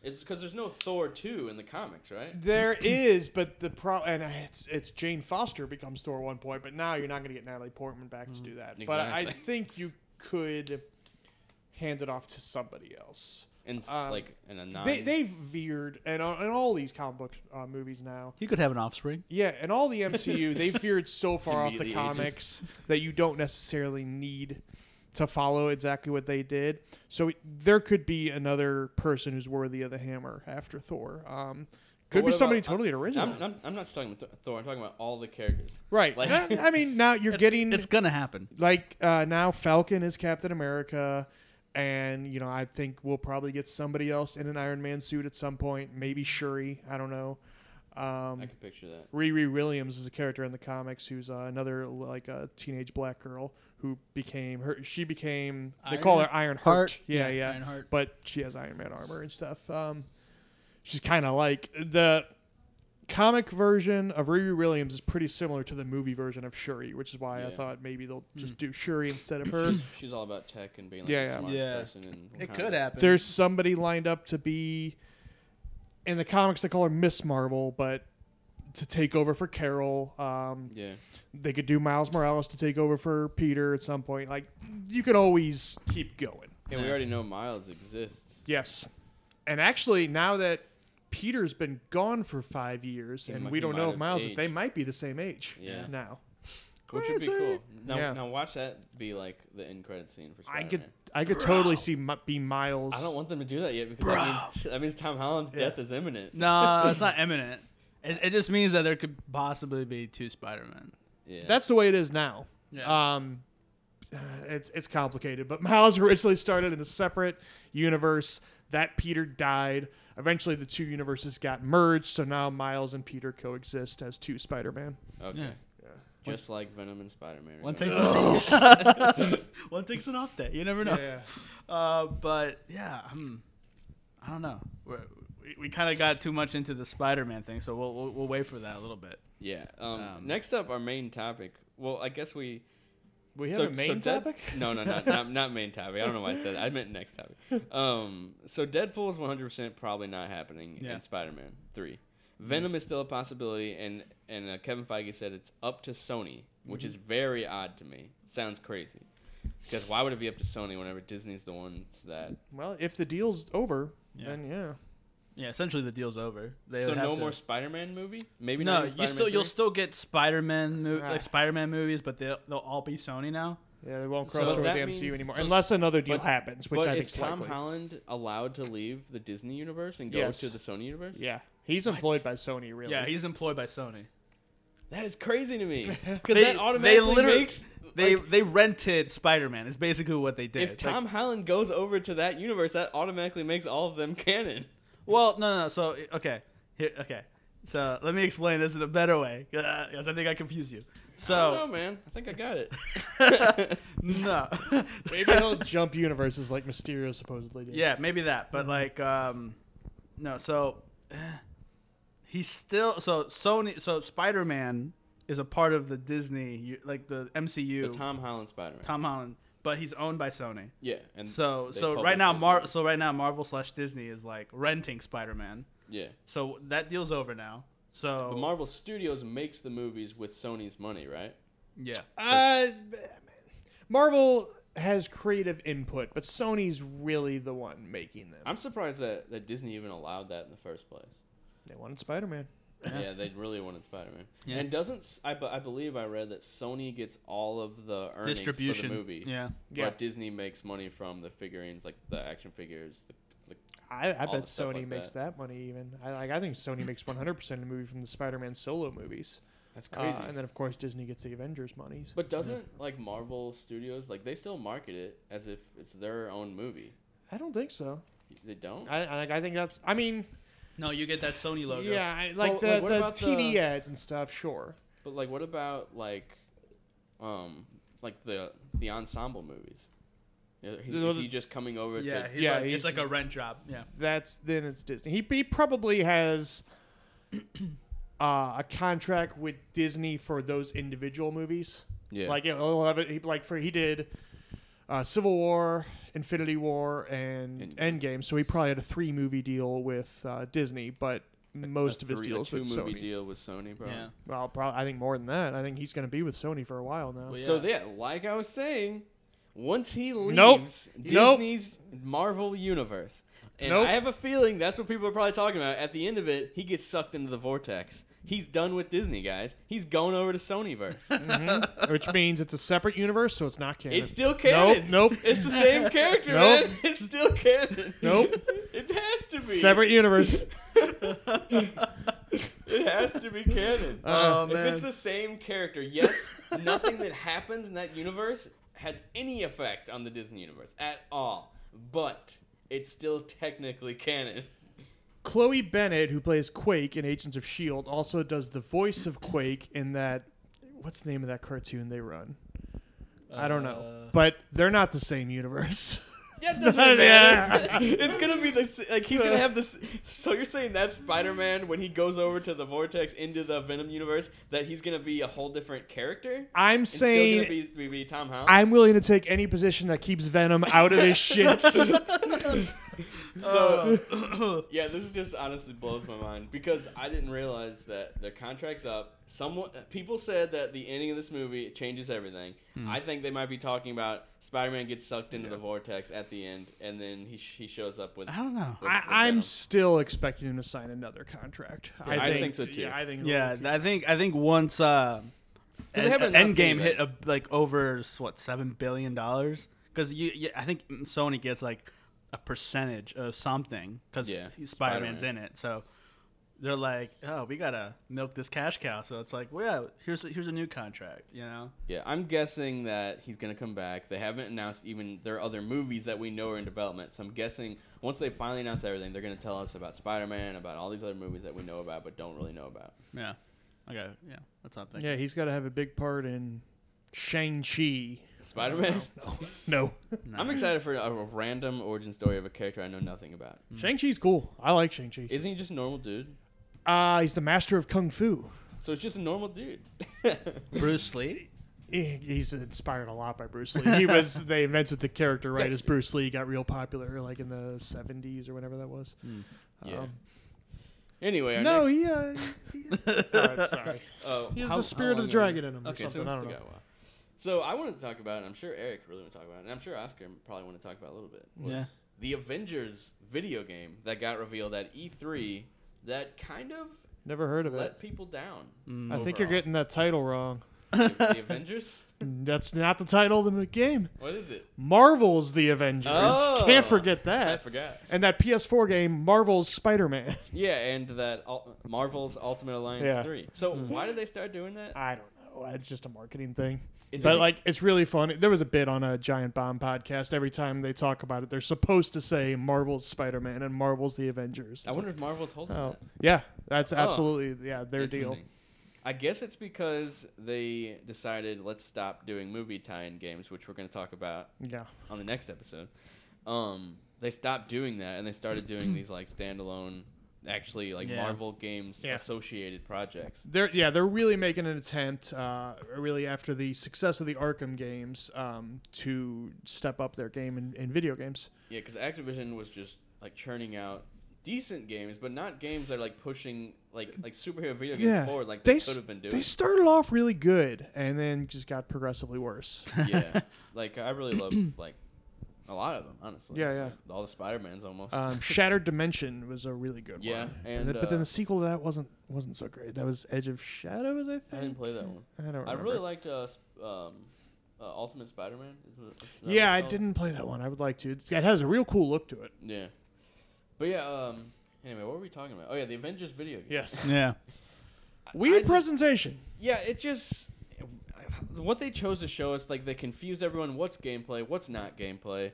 Speaker 2: it's because there's no Thor two in the comics right
Speaker 4: there is, but the pro and it's it's Jane Foster becomes Thor at one point, but now you're not going to get Natalie Portman back to do that. But I
Speaker 2: Mm-hmm. Exactly.
Speaker 4: think you could hand it off to somebody else.
Speaker 2: and s
Speaker 4: Um,
Speaker 2: like in a non.
Speaker 4: They they've veered and on and all these comic book uh, movies now.
Speaker 3: You could have an offspring.
Speaker 4: Yeah, and all the MCU, they veered so far off the
Speaker 2: Immediately ages.
Speaker 4: comics that you don't necessarily need to follow exactly what they did. So it- there could be another person who's worthy of the hammer after Thor. Um,
Speaker 2: But
Speaker 4: could be
Speaker 2: what
Speaker 4: somebody
Speaker 2: about- uh,
Speaker 4: totally
Speaker 2: I'm,
Speaker 4: original.
Speaker 2: I'm, I'm not talking about Th- Thor. I'm talking about all the characters.
Speaker 4: right.
Speaker 2: like-
Speaker 4: I I mean, now you're
Speaker 3: It's-
Speaker 4: getting
Speaker 3: It's gonna happen.
Speaker 4: like uh, now Falcon is Captain America, and you know I think we'll probably get somebody else in an Iron Man suit at some point. Maybe Shuri. I don't know. Um,
Speaker 2: I can picture that.
Speaker 4: Riri Williams is a character in the comics who's uh, another like a teenage black girl who became her. She became they call her Iron Heart. Yeah, yeah.
Speaker 3: Ironheart.
Speaker 4: But she has Iron Man armor and stuff. Um, she's kind of like the comic version of Riri Williams is pretty similar to the movie version of Shuri, which is why I
Speaker 2: Yeah.
Speaker 4: thought maybe they'll just do Shuri instead of her.
Speaker 2: She's all about tech and being like
Speaker 4: Yeah,
Speaker 2: the
Speaker 4: yeah.
Speaker 2: smartest
Speaker 3: Yeah.
Speaker 2: person. And
Speaker 3: It could happen.
Speaker 4: There's somebody lined up to be in the comics they call her Miss Marvel, but to take over for Carol. Um,
Speaker 2: Yeah,
Speaker 4: they could do Miles Morales to take over for Peter at some point. Like you could always keep going.
Speaker 2: and we already know Miles exists.
Speaker 4: Yes. And actually, now that Peter's been gone for five years,
Speaker 2: He
Speaker 4: and
Speaker 2: might-
Speaker 4: we
Speaker 2: he
Speaker 4: don't
Speaker 2: might
Speaker 4: know if
Speaker 2: have
Speaker 4: Miles,
Speaker 2: aged.
Speaker 4: they might be the same age
Speaker 2: Yeah.
Speaker 4: now.
Speaker 2: Which would be cool. Now,
Speaker 4: Yeah.
Speaker 2: now watch that be like the end credit scene for
Speaker 4: I
Speaker 2: Spider-Man. I
Speaker 4: could, I could totally see Mi- be Miles.
Speaker 2: don't want them to do that yet because that means, that means Tom Holland's
Speaker 4: Yeah.
Speaker 2: death is imminent.
Speaker 3: No, it's not imminent. It, it just means that there could possibly be two Spider-Man.
Speaker 2: Yeah.
Speaker 4: That's the way it is now.
Speaker 3: Yeah.
Speaker 4: Um, it's it's complicated, but Miles originally started in a separate universe. That Peter died. Eventually, the two universes got merged, so now Miles and Peter coexist as two Spider-Man.
Speaker 2: okay.
Speaker 3: Yeah.
Speaker 2: Just like Venom and Spider-Man. are
Speaker 3: One
Speaker 2: going
Speaker 3: takes an off. One takes an off day. You never know. Uh, but yeah, hmm, I don't know. We're, we we kind of got too much into the Spider-Man thing, so we'll we'll, we'll wait for that a little bit.
Speaker 2: Yeah. Um,
Speaker 3: Um,
Speaker 2: next up, our main topic. Well, I guess we.
Speaker 4: We have
Speaker 2: so-
Speaker 4: a main
Speaker 2: so Dead-
Speaker 4: topic.
Speaker 2: no, no, not, not not main topic. I don't know why I said that. I meant next topic. Um, so Deadpool is 100% probably not happening
Speaker 3: Yeah.
Speaker 2: in Spider-Man 3. Venom is still a possibility, and and uh, Kevin Feige said it's up to Sony, which is very odd to me. Sounds crazy, because why would it be up to Sony whenever Disney's the ones that?
Speaker 4: Well, if the deal's over,
Speaker 3: Yeah.
Speaker 4: then yeah.
Speaker 3: Yeah, essentially the deal's over. They
Speaker 2: so
Speaker 3: would have
Speaker 2: no
Speaker 3: to-
Speaker 2: more Spider-Man movie? Maybe
Speaker 3: no,
Speaker 2: not even
Speaker 3: you
Speaker 2: Spider-Man
Speaker 3: still you'll
Speaker 2: 3?
Speaker 3: still get Spider-Man mo-
Speaker 4: Ah.
Speaker 3: like Spider-Man movies, but they'll they'll all be Sony now.
Speaker 4: Yeah, they won't
Speaker 3: So
Speaker 4: cross over with
Speaker 2: that
Speaker 4: the
Speaker 2: means-
Speaker 4: MCU anymore
Speaker 2: so-
Speaker 4: unless another deal
Speaker 2: but-
Speaker 4: happens, which
Speaker 2: But
Speaker 4: I think
Speaker 2: is
Speaker 4: is
Speaker 2: Tom
Speaker 4: likely.
Speaker 2: Holland allowed to leave the Disney universe and go
Speaker 4: Yes.
Speaker 2: to the Sony universe?
Speaker 4: yeah, he's employed by Sony. Really?
Speaker 3: Yeah, he's employed by Sony.
Speaker 2: That is crazy to me. Because
Speaker 3: They-
Speaker 2: that
Speaker 3: they
Speaker 2: automatically
Speaker 3: literally-
Speaker 2: makes
Speaker 3: They
Speaker 2: like,
Speaker 3: they rented Spider-Man. Is basically what they did.
Speaker 2: if Tom Holland goes over to that universe, that automatically makes all of them canon.
Speaker 3: Well, no, no. no. So okay, here, okay. So let me explain this in a better way, because I think I confused you.
Speaker 2: I don't
Speaker 3: So
Speaker 2: know, man. I think I got it.
Speaker 3: no,
Speaker 4: maybe he'll jump universes like Mysterio supposedly did.
Speaker 3: yeah, maybe that, but like, um, no. So eh, he's still so Sony. So Spider Man is a part of the Disney, u- like the MCU.
Speaker 2: the Tom Holland Spider-Man.
Speaker 3: Tom Holland, but he's owned by Sony.
Speaker 2: yeah, and
Speaker 3: So
Speaker 2: they
Speaker 3: so
Speaker 2: publish
Speaker 3: right now,
Speaker 2: his
Speaker 3: Mar-
Speaker 2: movie.
Speaker 3: so right now, Marvel slash Disney is like renting Spider Man.
Speaker 2: yeah,
Speaker 3: So that deal's over now. So
Speaker 2: but Marvel Studios makes the movies with Sony's money, right?
Speaker 3: yeah.
Speaker 4: Uh, Marvel has creative input, but Sony's really the one making them.
Speaker 2: I'm surprised that, that Disney even allowed that in the first place.
Speaker 4: they wanted Spider-Man.
Speaker 2: Yeah, they really wanted Spider-Man.
Speaker 3: Yeah.
Speaker 2: And doesn't s- I, be- I believe I read that Sony gets all of the earnings
Speaker 3: distribution
Speaker 2: for the movie,
Speaker 3: Yeah.
Speaker 2: but
Speaker 4: Yeah.
Speaker 2: Disney makes money from the figurines, like the action figures, the
Speaker 4: I, I
Speaker 2: All
Speaker 4: bet
Speaker 2: the stuff
Speaker 4: Sony
Speaker 2: like
Speaker 4: makes that. money even. I like. I think Sony makes 100 percent of the movie from the Spider-Man solo movies,
Speaker 2: That's
Speaker 4: Uh, and then of course Disney gets the Avengers monies.
Speaker 2: but doesn't like Marvel Studios like they still market it as if it's their own movie?
Speaker 4: I don't think so.
Speaker 2: They don't.
Speaker 4: I, I I think that's. I mean,
Speaker 3: No, you get that Sony logo.
Speaker 4: yeah, I,
Speaker 2: Well, like,
Speaker 4: like the,
Speaker 2: what
Speaker 4: the
Speaker 2: about
Speaker 4: TV
Speaker 2: the-
Speaker 4: ads and stuff. Sure.
Speaker 2: But like, what about like, um, like the the ensemble movies? Is, is he just coming over
Speaker 3: Yeah,
Speaker 2: to?
Speaker 3: he's
Speaker 4: Yeah,
Speaker 3: like,
Speaker 4: he's-
Speaker 3: it's like a rent job. Yeah.
Speaker 4: That's then it's Disney. He, he probably has uh, a contract with Disney for those individual movies.
Speaker 2: Yeah.
Speaker 4: Like he'll have it. He, like for he did uh, Civil War, Infinity War, and
Speaker 2: Endgame.
Speaker 4: Endgame. So he probably had a three movie deal with uh, Disney, but most
Speaker 2: a
Speaker 4: of his
Speaker 2: three- a
Speaker 4: deals
Speaker 2: two
Speaker 4: with
Speaker 2: movie
Speaker 4: Sony.
Speaker 2: deal with Sony, bro.
Speaker 3: Yeah.
Speaker 4: Well, probably I think more than that. I think he's going to be with Sony for a while now.
Speaker 3: Well,
Speaker 2: So
Speaker 3: yeah.
Speaker 2: yeah, like I was saying, once he leaves
Speaker 4: Nope. Nope.
Speaker 2: Disney's Marvel universe, and
Speaker 4: Nope.
Speaker 2: I have a feeling that's what people are probably talking about. At the end of it, he gets sucked into the vortex. He's done with Disney, guys. He's going over to Sonyverse.
Speaker 4: Mhm. Which means it's a separate universe, so it's not canon.
Speaker 2: it's still canon.
Speaker 4: Nope, nope.
Speaker 2: It's the same character,
Speaker 4: Nope.
Speaker 2: man. It's still canon.
Speaker 4: Nope.
Speaker 2: it has to be.
Speaker 4: separate universe.
Speaker 2: It has to be canon.
Speaker 3: Oh,
Speaker 2: if
Speaker 3: man.
Speaker 2: it's the same character, yes, nothing that happens in that universe has any effect on the Disney universe at all. But it's still technically canon.
Speaker 4: Chloe Bennett, who plays Quake in Agents of Shield, E also does the voice of Quake in that. What's the name of that cartoon they run? I don't know,
Speaker 3: Uh,
Speaker 4: but they're not the same universe.
Speaker 2: Yeah, it doesn't matter. it's gonna be the s- like he's gonna have this. So you're saying that Spider-Man, when he goes over to the vortex into the Venom universe, that he's gonna be a whole different character?
Speaker 4: I'm
Speaker 2: It's still gonna
Speaker 4: saying
Speaker 2: be, be, be Tom Holland.
Speaker 4: I'm willing to take any position that keeps Venom out of this shit.
Speaker 2: So, yeah, this is just honestly blows my mind because I didn't realize that the contract's up. Someone people said that the ending of this movie changes everything. I think they might be talking about Spider-Man gets sucked into the vortex at the end, and then he sh- he shows up with.
Speaker 3: I don't know.
Speaker 4: I,
Speaker 2: Venom.
Speaker 4: I'm still expecting him to sign another contract.
Speaker 2: Yeah,
Speaker 4: I,
Speaker 2: I
Speaker 4: think,
Speaker 2: think so, too.
Speaker 4: Yeah, I think.
Speaker 3: Yeah, I think I think once uh,
Speaker 2: it
Speaker 3: End,
Speaker 2: happened last
Speaker 3: Endgame
Speaker 2: year,
Speaker 3: hit a, like over what seven billion dollars because you, you I think Sony gets like a percentage of something because
Speaker 2: Yeah,
Speaker 3: Spider Man's in
Speaker 2: Spider-Man.
Speaker 3: it, so they're like, oh, we gotta milk this cash cow. So it's like, well, yeah, here's here's a new contract, you know?
Speaker 2: Yeah, I'm guessing that he's gonna come back. They haven't announced even their other movies that we know are in development. So I'm guessing once they finally announce everything, they're gonna tell us about Spider-Man, about all these other movies that we know about but don't really know about.
Speaker 3: Yeah. Okay. Yeah, that's something.
Speaker 4: Yeah, he's got to have a big part in Shang Chi.
Speaker 2: Spider-Man.
Speaker 4: No,
Speaker 2: I'm excited for a, a random origin story of a character I know nothing about.
Speaker 4: Shang Chi's cool. I like Shang Chi.
Speaker 2: Isn't he just a normal dude?
Speaker 4: Uh, he's the master of kung fu.
Speaker 2: So it's just a normal dude.
Speaker 3: Bruce Lee.
Speaker 4: He- He's inspired a lot by Bruce Lee. He was they invented the character right
Speaker 2: That's
Speaker 4: as Bruce Lee got real popular, like in the '70s or whenever that was.
Speaker 2: Hmm. yeah.
Speaker 4: Um,
Speaker 2: Anyway, our
Speaker 4: no,
Speaker 2: next,
Speaker 4: he. Uh, he- Oh, sorry.
Speaker 2: oh,
Speaker 4: he has
Speaker 2: how- how
Speaker 4: the spirit of the
Speaker 2: long are
Speaker 4: dragon
Speaker 2: we-
Speaker 4: in him or
Speaker 2: Okay, so
Speaker 4: something,
Speaker 2: we
Speaker 4: I don't
Speaker 2: still
Speaker 4: know.
Speaker 2: got a while. So I wanted to talk about, and I'm sure Eric really want to talk about, it, and I'm sure Oscar probably want to talk about it a little bit. was
Speaker 3: Yeah.
Speaker 2: The Avengers video game that got revealed at E3 that kind of
Speaker 4: Never heard of it.
Speaker 2: let people down.
Speaker 4: I think you're
Speaker 2: overall.
Speaker 4: getting that title wrong.
Speaker 2: the, the Avengers?
Speaker 4: That's not the title of the game.
Speaker 2: What is it?
Speaker 4: Marvel's The Avengers.
Speaker 2: Oh.
Speaker 4: Can't forget
Speaker 2: I
Speaker 4: that.
Speaker 2: forgot.
Speaker 4: And that PS4 game, Marvel's Spider-Man.
Speaker 2: Yeah, and that Ul- Marvel's Ultimate Alliance
Speaker 4: Yeah. Hmm.
Speaker 2: 3. So why did they start doing that?
Speaker 4: I don't know. It's just a marketing thing.
Speaker 2: Is
Speaker 4: but
Speaker 2: it-
Speaker 4: like, it's really fun. There was a bit on a Giant Bomb podcast. Every time they talk about it, they're supposed to say Marvel's Spider-Man and Marvel's The Avengers.
Speaker 2: I wonder if Marvel told them
Speaker 4: Oh,
Speaker 2: that.
Speaker 4: yeah. That's absolutely yeah their deal.
Speaker 2: Interesting. I guess it's because they decided let's stop doing movie tie-in games, which we're going to talk about
Speaker 4: Yeah.
Speaker 2: on the next episode. Um, they stopped doing that and they started doing these like standalone, actually like
Speaker 3: Yeah.
Speaker 2: Marvel games
Speaker 4: Yeah.
Speaker 2: associated projects.
Speaker 4: They're yeah, they're really making an attempt, uh, really after the success of the Arkham games, um, to step up their game in, in video games.
Speaker 2: Yeah, because Activision was just like churning out decent games, but not games that are like pushing like like superhero video games
Speaker 4: Yeah,
Speaker 2: forward, like
Speaker 4: they
Speaker 2: they,
Speaker 4: s-
Speaker 2: should have been doing.
Speaker 4: They started off really good and then just got progressively worse.
Speaker 2: yeah, like I really love like a lot of them, honestly.
Speaker 4: Yeah, yeah.
Speaker 2: All the Spider Mans almost.
Speaker 4: Um, Shattered Dimension was a really good
Speaker 2: Yeah,
Speaker 4: one.
Speaker 2: and,
Speaker 4: the- but then
Speaker 2: uh,
Speaker 4: the sequel to that wasn't wasn't so great. That was Edge of Shadows, I think.
Speaker 2: I didn't play that one.
Speaker 4: I don't remember.
Speaker 2: I really liked uh, sp- um, uh, Ultimate Spider-Man. Is that- is that what
Speaker 4: yeah, I
Speaker 2: it's called?
Speaker 4: didn't play that one. I would like to. It's, it has a real cool look to it.
Speaker 2: Yeah, but yeah. Um. Anyway, what were we talking about? Oh yeah, the Avengers video game.
Speaker 4: Yes.
Speaker 3: Yeah.
Speaker 4: Weird
Speaker 2: I-
Speaker 4: presentation.
Speaker 2: Yeah, it just what they chose to show us like they confused everyone. What's gameplay? What's not gameplay?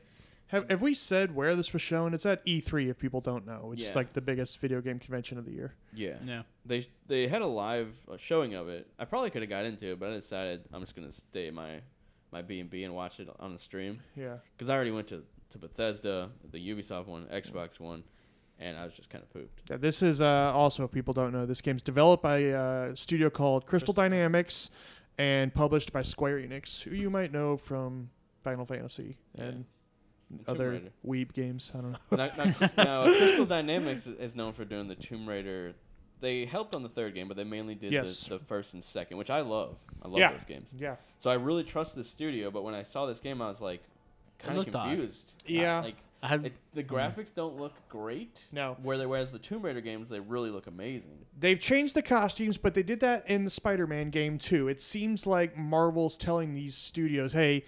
Speaker 4: Have, have we said where this was shown? It's at E3 if people don't know, which
Speaker 2: Yeah.
Speaker 4: is like the biggest video game convention of the year.
Speaker 2: Yeah.
Speaker 3: Yeah.
Speaker 2: They they had a live uh, showing of it. I probably could have got into it, but I decided I'm just gonna stay at my my B and B and watch it on the stream
Speaker 4: Yeah.
Speaker 2: because I already went to to Bethesda, the Ubisoft one, Xbox one, and I was just kind of pooped.
Speaker 4: Yeah, this is uh, also if people don't know this game's developed by uh, a studio called Crystal Dynamics and published by Square Enix, who you might know from Final Fantasy
Speaker 2: Yeah.
Speaker 4: and
Speaker 2: And Tomb
Speaker 4: other
Speaker 2: Raider.
Speaker 4: weeb games. I don't know.
Speaker 2: not, not, now, Crystal Dynamics i- is known for doing the Tomb Raider. They helped on the third game, but they mainly did
Speaker 4: Yes.
Speaker 2: the, the first and second, which I love. I love
Speaker 4: Yeah.
Speaker 2: those games.
Speaker 4: Yeah,
Speaker 2: So I really trust the studio, but when I saw this game, I was like, kind of
Speaker 3: looked odd. Mm.
Speaker 2: confused. I-
Speaker 4: Yeah.
Speaker 2: like
Speaker 3: I had,
Speaker 2: it, the graphics don't look great.
Speaker 4: No.
Speaker 2: Where whereas the Tomb Raider games, they really look amazing.
Speaker 4: they've changed the costumes, but they did that in the Spider-Man game too. It seems like Marvel's telling these studios, "Hey,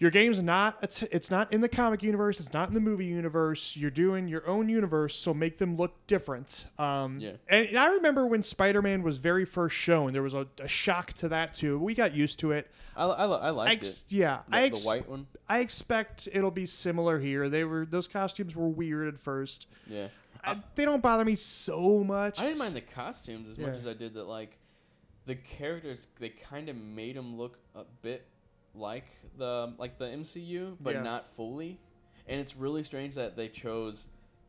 Speaker 4: your game's not it's, it's not in the comic universe, it's not in the movie universe. You're doing your own universe, so make them look different." Um,
Speaker 2: Yeah.
Speaker 4: And, and I remember when Spider-Man was very first shown, there was a, a shock to that too. We got used to it.
Speaker 2: I I, li- I
Speaker 4: I
Speaker 2: liked
Speaker 4: ex-
Speaker 2: it.
Speaker 4: yeah,
Speaker 2: The,
Speaker 4: I
Speaker 2: the
Speaker 4: ex-
Speaker 2: white one.
Speaker 4: I expect it'll be similar here. They were those costumes were weird at first.
Speaker 2: Yeah.
Speaker 4: I, they don't bother me so much.
Speaker 2: Uh, I didn't mind the costumes as much
Speaker 4: Yeah.
Speaker 2: as I did that like the characters they kind of made them look a bit like the like the MCU but
Speaker 4: Yeah.
Speaker 2: not fully. And it's really strange that they chose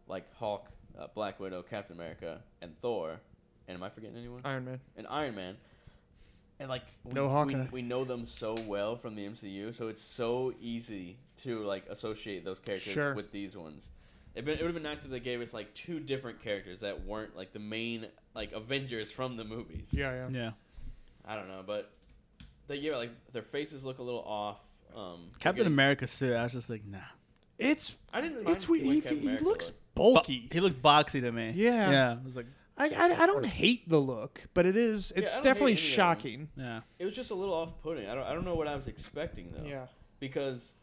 Speaker 2: like Hawk, uh, Black Widow, Captain America, and Thor. And am I forgetting anyone?
Speaker 4: Iron Man.
Speaker 2: and Iron Man. And like we,
Speaker 4: No
Speaker 2: we,
Speaker 4: Hawkeye.
Speaker 2: we know them so well from the MCU, so it's so easy to like associate those characters
Speaker 4: Sure.
Speaker 2: with these ones. It'd been, it would have been nice if they gave us like two different characters that weren't like the main like Avengers from the movies.
Speaker 4: Yeah, yeah.
Speaker 3: yeah.
Speaker 2: I don't know, but they gave it like their faces look a little off. Um, they're
Speaker 3: Captain
Speaker 2: getting-
Speaker 3: America suit. I was just like, nah.
Speaker 4: It's
Speaker 2: I didn't. mind
Speaker 4: it's weird.
Speaker 2: the way
Speaker 4: He,
Speaker 2: Captain
Speaker 4: he
Speaker 2: America
Speaker 4: looks
Speaker 2: looked.
Speaker 3: Bu-
Speaker 4: bulky.
Speaker 3: he looked boxy to me.
Speaker 4: Yeah.
Speaker 3: Yeah. I was like,
Speaker 4: I, I I don't hate the look, but it is
Speaker 2: Yeah, I
Speaker 4: it's
Speaker 2: don't hate
Speaker 4: definitely
Speaker 2: any of them.
Speaker 4: shocking.
Speaker 3: yeah.
Speaker 2: It was just a little off-putting. I don't. I don't know what I was expecting though.
Speaker 4: Yeah,
Speaker 2: because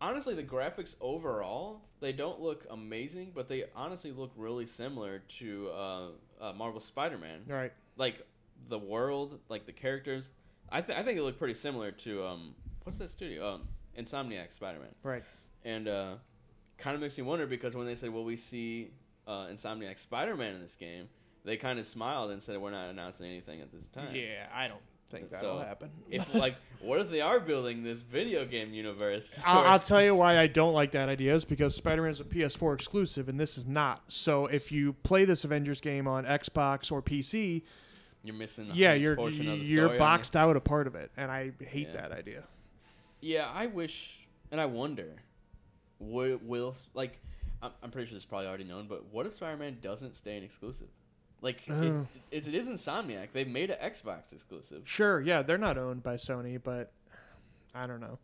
Speaker 2: honestly the graphics overall they don't look amazing but they honestly look really similar to uh, uh, marvel spider-man
Speaker 4: right.
Speaker 2: like the world like the characters i, th- I think they look pretty similar to um, what's that studio um, insomniac spider-man
Speaker 4: Right.
Speaker 2: and uh, kind of makes me wonder because when they said well we see uh, insomniac spider-man in this game they kind of smiled and said we're not announcing anything at this time
Speaker 4: Yeah, I don't think that'll
Speaker 2: So,
Speaker 4: happen.
Speaker 2: if like what if they are building this video game universe
Speaker 4: I'll,
Speaker 2: where-
Speaker 4: I'll tell you why I don't like that idea is because Spider-Man is a PS4 exclusive and this is not. So if you play this Avengers game on Xbox or PC,
Speaker 2: You're missing. a
Speaker 4: yeah,
Speaker 2: huge
Speaker 4: you're
Speaker 2: portion of the
Speaker 4: you're
Speaker 2: story on
Speaker 4: boxed out a part of it, and I hate
Speaker 2: Yeah.
Speaker 4: that idea.
Speaker 2: the- Yeah, I wish, and I wonder, will, will like, I'm, I'm pretty sure this is probably already known, but what if Spider-Man doesn't stay an exclusive? Like,
Speaker 4: Oh.
Speaker 2: it, it, it is Insomniac. They made an Xbox exclusive.
Speaker 4: Sure, yeah, they're not owned by Sony, but I don't know.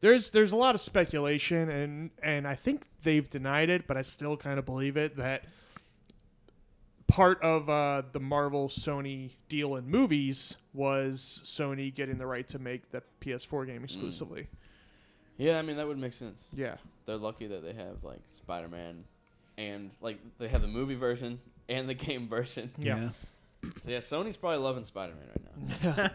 Speaker 4: There's there's a lot of speculation and and I think they've denied it, but I still kind of believe it that part of uh, the Marvel Sony deal in movies was Sony getting the right to make the PS4
Speaker 2: Hmm.
Speaker 4: game exclusively.
Speaker 2: Yeah, I mean that would make sense.
Speaker 4: Yeah.
Speaker 2: They're lucky that they have like Spider-Man, and like they have the movie version and the game version.
Speaker 4: Yeah.
Speaker 2: So yeah, Sony's probably loving Spider-Man right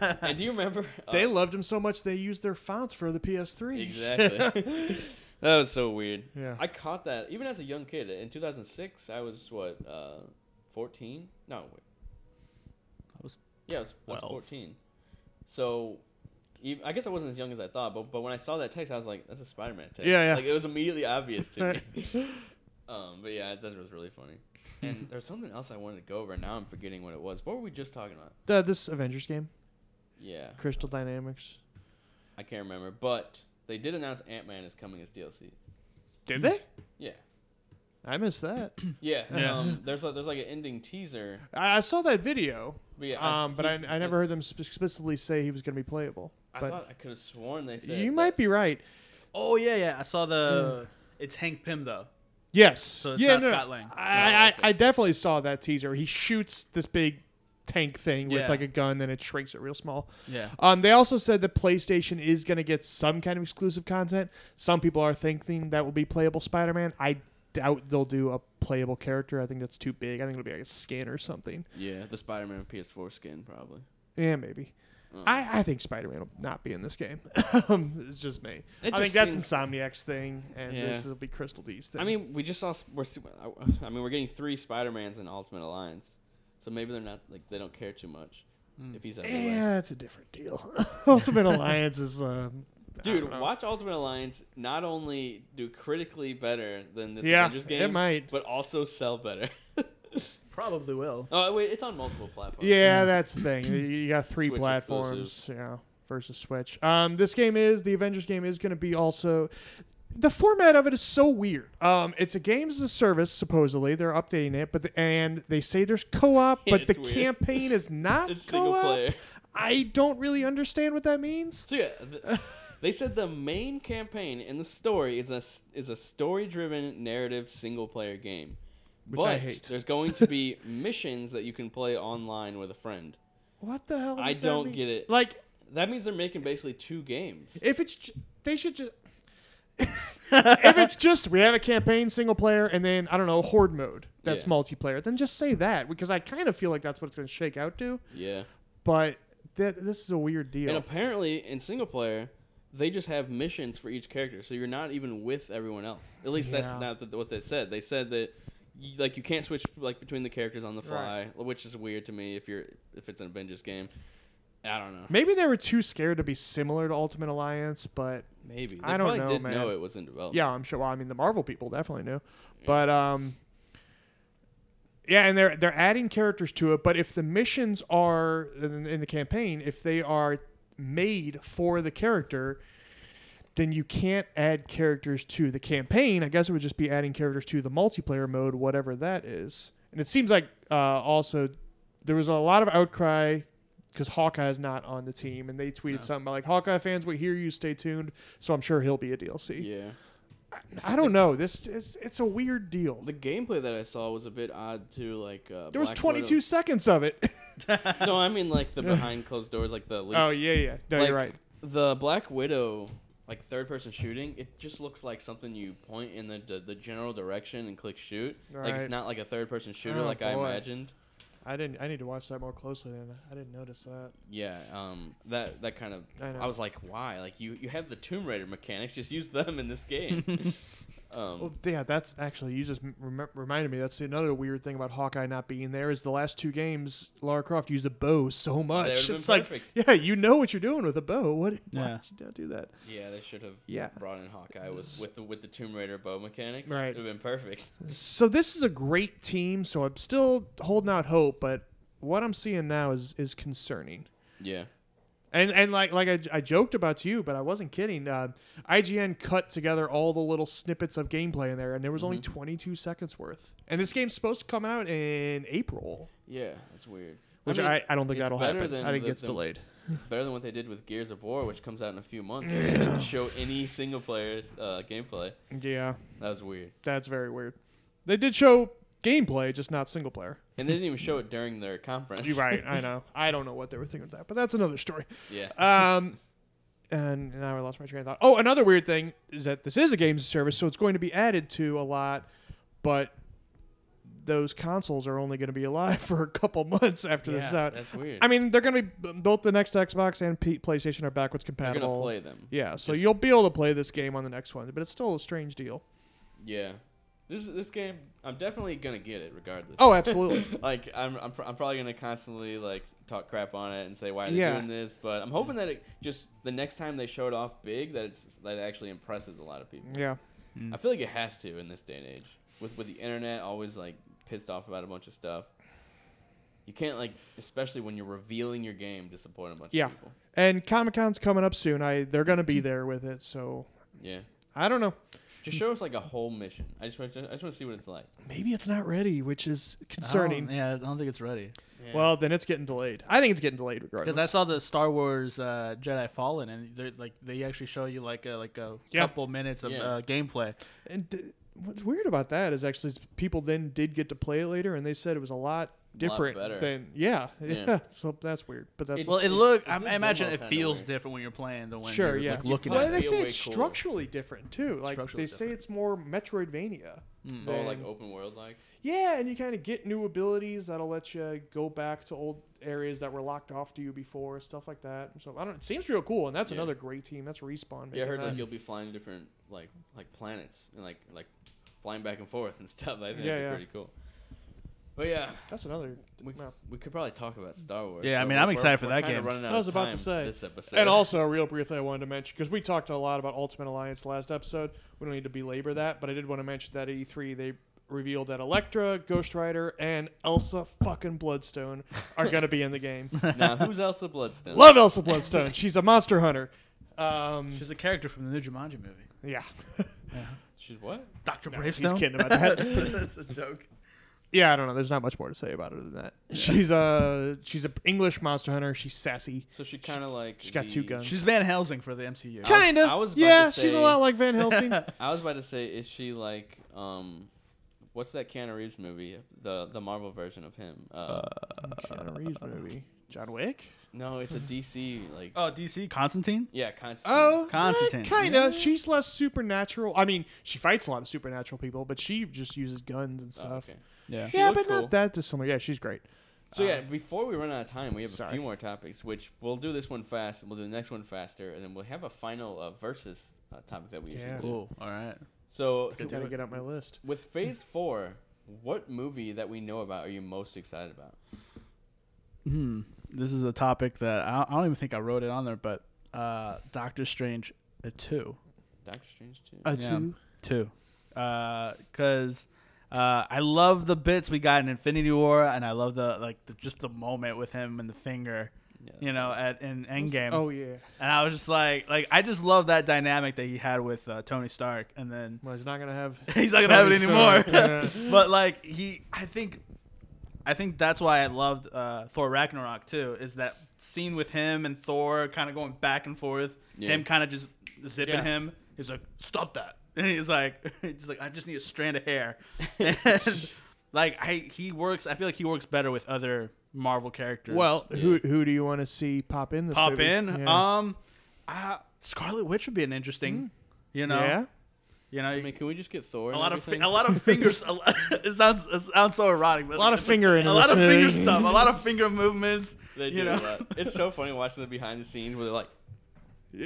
Speaker 2: now. and do you remember? uh,
Speaker 4: They loved him so much they used their fonts for the PS3.
Speaker 2: Exactly. that was so weird.
Speaker 4: Yeah.
Speaker 2: I caught that even as a young kid in 2006. I was what, uh, 14? No, wait.
Speaker 3: I was
Speaker 2: yeah, I was, I was
Speaker 3: 12.
Speaker 2: 14. So, ev- I guess I wasn't as young as I thought. But but when I saw that text, I was like, "That's a Spider-Man text."
Speaker 4: Yeah, yeah.
Speaker 2: Like it was immediately obvious to me. um, but yeah, that was really funny. And there's something else I wanted to go over. and Now I'm forgetting what it was. What were we just talking about?
Speaker 4: Uh, this Avengers game,
Speaker 2: Yeah,
Speaker 4: Crystal Dynamics.
Speaker 2: I can't remember. But they did announce Ant-Man is coming as DLC.
Speaker 4: Did they?
Speaker 2: Yeah.
Speaker 4: I missed that.
Speaker 2: Yeah,
Speaker 3: Yeah.
Speaker 2: Um, there's a, there's like an ending teaser.
Speaker 4: I I saw that video.
Speaker 2: But yeah,
Speaker 4: Um, but I,
Speaker 2: he's-
Speaker 4: I never heard them sp- explicitly say he was going to be playable.
Speaker 2: I
Speaker 4: but
Speaker 2: thought I could have sworn they said
Speaker 4: you might
Speaker 2: that-
Speaker 4: be right.
Speaker 3: Oh yeah, yeah. I saw the. It's Hank Pym though.
Speaker 4: Yes.
Speaker 3: So it's
Speaker 4: yeah,
Speaker 3: not
Speaker 4: no,
Speaker 3: Scott Lang.
Speaker 4: I, I,
Speaker 2: okay.
Speaker 4: I definitely saw that teaser. He shoots this big tank thing with
Speaker 3: Yeah.
Speaker 4: like a gun, then it shrinks it real small.
Speaker 3: Yeah.
Speaker 4: Um, they also said that PlayStation is going to get some kind of exclusive content. Some people are thinking that will be playable Spider-Man. I doubt they'll do a playable character. I think that's too big. I think it'll be like a skin or something.
Speaker 2: Yeah, the Spider-Man PS4 skin probably.
Speaker 4: Yeah, Eh, maybe.
Speaker 2: Hmm.
Speaker 4: I, I think Spider-Man will not be in this game. Um, it's just me.
Speaker 2: It
Speaker 4: I think
Speaker 2: just
Speaker 4: that's
Speaker 2: seems-
Speaker 4: Insomniac's thing, and
Speaker 2: Yeah.
Speaker 4: this will be Crystal D's thing.
Speaker 2: I mean, we just saw. s- We're. su- I mean, we're getting three Spider Mans in Ultimate Alliance, so maybe they're not like they don't care too much if he's out of the way.
Speaker 4: yeah, it's Eh, a different deal. Ultimate Alliance is, um, I
Speaker 2: Dude,
Speaker 4: don't know.
Speaker 2: watch Ultimate Alliance not only do critically better than this
Speaker 4: Yeah,
Speaker 2: Avengers
Speaker 4: it
Speaker 2: game,
Speaker 4: might.
Speaker 2: but also sell better.
Speaker 3: Probably will.
Speaker 2: oh wait, it's on multiple platforms.
Speaker 4: Yeah, that's the thing. You- You got three
Speaker 2: Switch
Speaker 4: platforms, yeah, versus Switch. Um, this game is the Avengers game is going to be also. The format of it is so weird. Um, it's a games as a service supposedly. They're updating it, but the, and they say there's co-op, but
Speaker 2: It's
Speaker 4: the
Speaker 2: weird.
Speaker 4: campaign is not
Speaker 2: It's single
Speaker 4: co-op.
Speaker 2: player.
Speaker 4: I don't really understand what that means.
Speaker 2: So yeah, th- they said the main campaign in the story is a s- is a story driven narrative single player game.
Speaker 4: Which
Speaker 2: but
Speaker 4: I hate.
Speaker 2: there's going to be missions that you can play online with a friend.
Speaker 4: What the hell?
Speaker 2: I
Speaker 4: does that
Speaker 2: don't
Speaker 4: mean?
Speaker 2: get it.
Speaker 4: Like,
Speaker 2: That means they're making basically two games.
Speaker 4: if it's ju- they should just. if it's just we have a campaign single player and then I don't know horde mode that's
Speaker 2: Yeah.
Speaker 4: multiplayer, then just say that because I kind of feel like that's what it's going to shake out to.
Speaker 2: Yeah.
Speaker 4: But th- this is a weird
Speaker 2: And
Speaker 4: deal.
Speaker 2: apparently in single player, they just have missions for each character, so you're not even with everyone else. At least that's
Speaker 4: Yeah.
Speaker 2: not th- what they said. They said that you, like you can't switch like between the characters on the fly, which is weird to me if you're if it's an Avengers game. I don't know.
Speaker 4: Maybe they were too scared to be similar to Ultimate Alliance, but
Speaker 2: Maybe they
Speaker 4: I don't
Speaker 2: probably
Speaker 4: know,
Speaker 2: did
Speaker 4: man.
Speaker 2: know it was in development.
Speaker 4: yeah, I'm sure. Well, I mean, the Marvel people definitely knew, but um, yeah, and they're they're adding characters to it. But if the missions are in, in the campaign, if they are made for the character, then you can't add characters to the campaign. I guess it would just be adding characters to the multiplayer mode, whatever that is. And it seems like uh, also there was a lot of outcry because Hawkeye is not on the team, and they tweeted something about like Hawkeye fans, we hear you, stay tuned. So I'm sure he'll be a DLC.
Speaker 2: Yeah.
Speaker 4: I don't know. This is it's a weird deal.
Speaker 2: The gameplay that I saw was a bit odd too. Like uh,
Speaker 4: There was
Speaker 2: Black
Speaker 4: 22
Speaker 2: Widow-
Speaker 4: seconds of it.
Speaker 2: No, I mean like the behind closed doors, like the leak.
Speaker 4: oh yeah, yeah. No,
Speaker 2: like,
Speaker 4: you're right.
Speaker 2: The Black Widow, like third person shooting, it just looks like something you point in the the, the general direction and click shoot. Like
Speaker 4: Right.
Speaker 2: it's not like a third person shooter
Speaker 4: Oh,
Speaker 2: like I
Speaker 4: boy.
Speaker 2: imagined.
Speaker 4: I didn't. I need to watch that more closely. Than I didn't notice that.
Speaker 2: Yeah, um, that that kind of
Speaker 4: I
Speaker 2: I,
Speaker 4: know.
Speaker 2: was like, why? Like you you have the Tomb Raider mechanics, just use them in this game. um,
Speaker 4: Well, yeah, that's actually you just rem- reminded me. That's another weird thing about Hawkeye not being there is the last two games Lara Croft used a bow so much.
Speaker 2: would've
Speaker 4: It's
Speaker 2: been
Speaker 4: like,
Speaker 2: perfect.
Speaker 4: yeah, you know what you're doing with a bow. What? Why
Speaker 3: Yeah.
Speaker 4: did you not do that?
Speaker 2: yeah, they should have
Speaker 4: Yeah.
Speaker 2: brought in Hawkeye with with the, with the Tomb Raider bow mechanics.
Speaker 4: Right.
Speaker 2: it'd have been perfect.
Speaker 4: So this is a great team. So I'm still holding out hope, but what I'm seeing now is is concerning.
Speaker 2: Yeah.
Speaker 4: And and like like I, I joked about to you, but I wasn't kidding. Uh, IGN cut together all the little snippets of gameplay in there, and there was
Speaker 2: Mm-hmm.
Speaker 4: only 22 seconds worth. And this game's supposed to come out in April,
Speaker 2: Yeah, that's weird.
Speaker 4: which I,
Speaker 2: mean,
Speaker 4: I, don't think
Speaker 2: it's
Speaker 4: that'll
Speaker 2: better
Speaker 4: happen.
Speaker 2: than
Speaker 4: I think
Speaker 2: the-
Speaker 4: it's
Speaker 2: the-
Speaker 4: delayed.
Speaker 2: It's better than what they did with Gears of War, which comes out in a few months. and They didn't show any single players uh, gameplay.
Speaker 4: Yeah,
Speaker 2: That was weird.
Speaker 4: that's very weird. They did show gameplay, just not single player.
Speaker 2: And they didn't even show it during their conference.
Speaker 4: You're right. I know. I don't know what they were thinking of that, but that's another story.
Speaker 2: yeah.
Speaker 4: Um, and now I lost my train of thought. Oh, another weird thing is that this is a games of service, so it's going to be added to a lot, but those consoles are only going to be alive for a couple months after this is
Speaker 3: Yeah,
Speaker 4: out.
Speaker 2: That's weird.
Speaker 4: I mean, they're going to be b- both the next Xbox and P- PlayStation are backwards
Speaker 2: They're going
Speaker 4: compatible.
Speaker 2: to play them.
Speaker 4: yeah, so
Speaker 2: Just-
Speaker 4: you'll be able to play this game on the next one, but it's still a strange deal.
Speaker 2: Yeah. This this game, I'm definitely going to get it regardless.
Speaker 4: Oh, absolutely.
Speaker 2: like, I'm, I'm, pr- I'm probably going to constantly, like, talk crap on it and say why they're
Speaker 4: Yeah.
Speaker 2: doing this. But I'm hoping that it just, the next time they show it off big, that, it's, that it actually impresses a lot of people.
Speaker 4: yeah.
Speaker 2: I feel like it has to in this day and age. With with the internet always like pissed off about a bunch of stuff. You can't like especially when you're revealing your game disappoint a bunch
Speaker 4: Yeah.
Speaker 2: of people.
Speaker 4: And Comic Con's coming up soon. I They're going to be there with it, so
Speaker 2: Yeah.
Speaker 4: I don't know.
Speaker 2: Just show us like a whole mission. I just want to, I just want to see what it's like.
Speaker 4: Maybe it's not ready, which is
Speaker 2: Oh,
Speaker 4: concerning.
Speaker 3: yeah, I don't think it's ready.
Speaker 4: Well, then it's getting delayed. I think it's getting delayed regardless.
Speaker 3: Because I saw the Star Wars uh, Jedi Fallen, and they're, like they actually show you like a, like a
Speaker 4: Yeah.
Speaker 3: couple minutes of
Speaker 2: Yeah.
Speaker 3: uh, gameplay.
Speaker 4: And th- what's weird about that is actually s- people then did get to play it later, and they said it was a lot different
Speaker 2: better.
Speaker 4: than yeah,
Speaker 2: Yeah.
Speaker 4: yeah. So that's weird, but that's
Speaker 2: It-
Speaker 3: Well, it
Speaker 2: it-
Speaker 3: look.
Speaker 2: it
Speaker 3: I
Speaker 2: did
Speaker 3: I imagine
Speaker 2: demo
Speaker 3: it
Speaker 2: kinda
Speaker 3: feels
Speaker 2: weird.
Speaker 3: different when you're playing than when
Speaker 4: sure,
Speaker 3: you're
Speaker 4: yeah.
Speaker 3: like, looking
Speaker 4: well,
Speaker 3: at
Speaker 2: it.
Speaker 4: they
Speaker 2: Feel
Speaker 4: say
Speaker 2: way
Speaker 4: it's
Speaker 2: cooler.
Speaker 4: structurally different too. Like
Speaker 3: Structurally
Speaker 4: they say it's more Metroidvania.
Speaker 2: Oh, like
Speaker 4: thing.
Speaker 2: open world, like
Speaker 4: Yeah, and you kind of get new abilities that'll let you go back to old areas that were locked off to you before, stuff like that. So I don't. It seems real cool, and that's
Speaker 2: Yeah.
Speaker 4: another great team. That's respawn.
Speaker 2: yeah. I
Speaker 4: making
Speaker 2: heard
Speaker 4: that.
Speaker 2: like you'll be flying to different like like planets and like like flying back and forth and stuff. I think
Speaker 4: Yeah,
Speaker 2: that'd
Speaker 4: yeah.
Speaker 2: be pretty cool. But yeah,
Speaker 4: that's another.
Speaker 2: we,
Speaker 4: Wow.
Speaker 2: we could probably talk about Star Wars.
Speaker 3: Yeah, I
Speaker 2: but
Speaker 3: mean, I'm
Speaker 2: we're-
Speaker 3: excited for
Speaker 2: we're
Speaker 3: that
Speaker 2: kinda
Speaker 3: game.
Speaker 2: running out
Speaker 4: I was
Speaker 2: of
Speaker 4: about to
Speaker 2: time
Speaker 4: say.
Speaker 2: this episode.
Speaker 4: And also, real briefly, I wanted to mention because we talked a lot about Ultimate Alliance last episode. We don't need to belabor that, but I did want to mention that at E3 they revealed that Elektra, Ghost Rider, and Elsa fucking Bloodstone are gonna be in the game.
Speaker 2: now who's Elsa Bloodstone?
Speaker 4: Love Elsa Bloodstone. She's a monster hunter. Um,
Speaker 3: She's a character from the new Jumanji movie.
Speaker 4: yeah.
Speaker 2: She's what?
Speaker 3: Doctor
Speaker 4: No, he's
Speaker 3: Bravestone.
Speaker 4: kidding about that.
Speaker 3: That's a joke.
Speaker 4: yeah, I don't know. There's not much more to say about her than that. She's a she's an English monster hunter. She's sassy.
Speaker 2: So she kind of like
Speaker 4: She's got two
Speaker 2: the-
Speaker 4: guns.
Speaker 3: She's Van Helsing for the MCU.
Speaker 2: was-
Speaker 4: Kinda.
Speaker 2: I was about
Speaker 4: yeah,
Speaker 2: to
Speaker 4: she's a
Speaker 2: say-
Speaker 4: lot like Van Helsing.
Speaker 2: I was about to say, is she like um, what's that Keanu Reeves movie? The the Marvel version of him. Uh,
Speaker 4: Keanu Reeves movie. John Wick.
Speaker 2: no, it's a DC like.
Speaker 3: Oh, DC Constantine.
Speaker 2: yeah, Constantine.
Speaker 4: Oh,
Speaker 3: Constantine.
Speaker 4: kind of. She's less supernatural. I mean, she fights a lot of supernatural people, but she just uses guns and
Speaker 2: Oh,
Speaker 4: stuff.
Speaker 2: okay.
Speaker 3: Yeah.
Speaker 2: She
Speaker 4: Yeah,
Speaker 2: looked
Speaker 4: but
Speaker 2: cool.
Speaker 4: not that dissimilar. Yeah, she's great.
Speaker 2: So yeah, before we run out of time, we have a
Speaker 4: sorry.
Speaker 2: few more topics, which we'll do this one fast, and we'll do the next one faster, and then we'll have a final uh, versus uh, topic that we
Speaker 4: Yeah.
Speaker 2: usually do.
Speaker 3: Cool. All right.
Speaker 2: So
Speaker 4: I gotta get out my list.
Speaker 2: with Phase Four, what movie that we know about are you most excited about?
Speaker 3: Hmm. This is a topic that I, I don't even think I wrote it on there, but uh, Doctor Strange uh, two.
Speaker 2: Doctor Strange Two.
Speaker 4: A
Speaker 3: Yeah.
Speaker 4: two.
Speaker 3: Two. Because uh, I love the bits we got in Infinity War, and I love the like the, just the moment with him and the finger,
Speaker 2: Yeah,
Speaker 3: you know, at in Endgame.
Speaker 4: Oh yeah.
Speaker 3: And I was just like, like I just love that dynamic that he had with uh, Tony Stark, and then
Speaker 4: Well, he's not gonna have.
Speaker 3: he's not gonna have it
Speaker 4: Tony
Speaker 3: anymore.
Speaker 4: Stark. Yeah.
Speaker 3: but like he, I think, I think that's why I loved uh, Thor Ragnarok too. Is that scene with him and Thor kind of going back and forth?
Speaker 2: Yeah.
Speaker 3: Him kind of just zipping
Speaker 4: Yeah.
Speaker 3: him. He's like, stop that. And he's like, he's like, I just need a strand of hair. And like I, he works. I feel like he works better with other Marvel characters.
Speaker 4: Well,
Speaker 2: Yeah.
Speaker 4: who who do you want to see pop in this?
Speaker 3: pop
Speaker 4: movie?
Speaker 3: in.
Speaker 4: Yeah. Mm.
Speaker 3: Um, uh, Scarlet Witch would be an interesting. You know,
Speaker 4: yeah.
Speaker 3: you know,
Speaker 2: I mean, can we just get Thor?
Speaker 3: a
Speaker 2: and
Speaker 3: lot of
Speaker 2: everything?
Speaker 3: fi- a lot of fingers. a lot, it sounds it sounds so erotic, but
Speaker 4: A lot of
Speaker 3: it's
Speaker 4: finger in
Speaker 3: a lot of
Speaker 4: this
Speaker 3: finger
Speaker 4: movie.
Speaker 3: stuff, a lot of finger movements.
Speaker 2: They
Speaker 3: you
Speaker 2: do
Speaker 3: know,
Speaker 2: a lot. It's so funny watching the behind the scenes where they're like,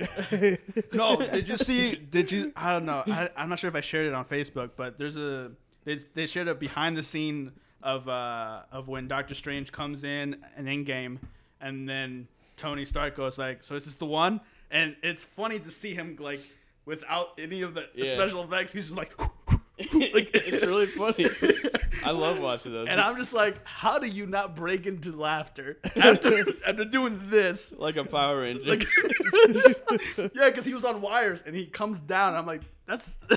Speaker 3: no, oh, did you see? Did you? I don't know. I, I'm not sure if I shared it on Facebook, but there's a they, they shared a behind the scene of uh of when Doctor Strange comes in an Endgame, and then Tony Stark goes like, "So is this the one?" And it's funny to see him like without any of the
Speaker 2: Yeah.
Speaker 3: special effects. He's just like.
Speaker 2: like it's really funny. I love watching those.
Speaker 3: And I'm just like, how do you not break into laughter after after doing this?
Speaker 2: like a Power Ranger.
Speaker 3: Like, yeah, because he was on wires and he comes down. And I'm like, that's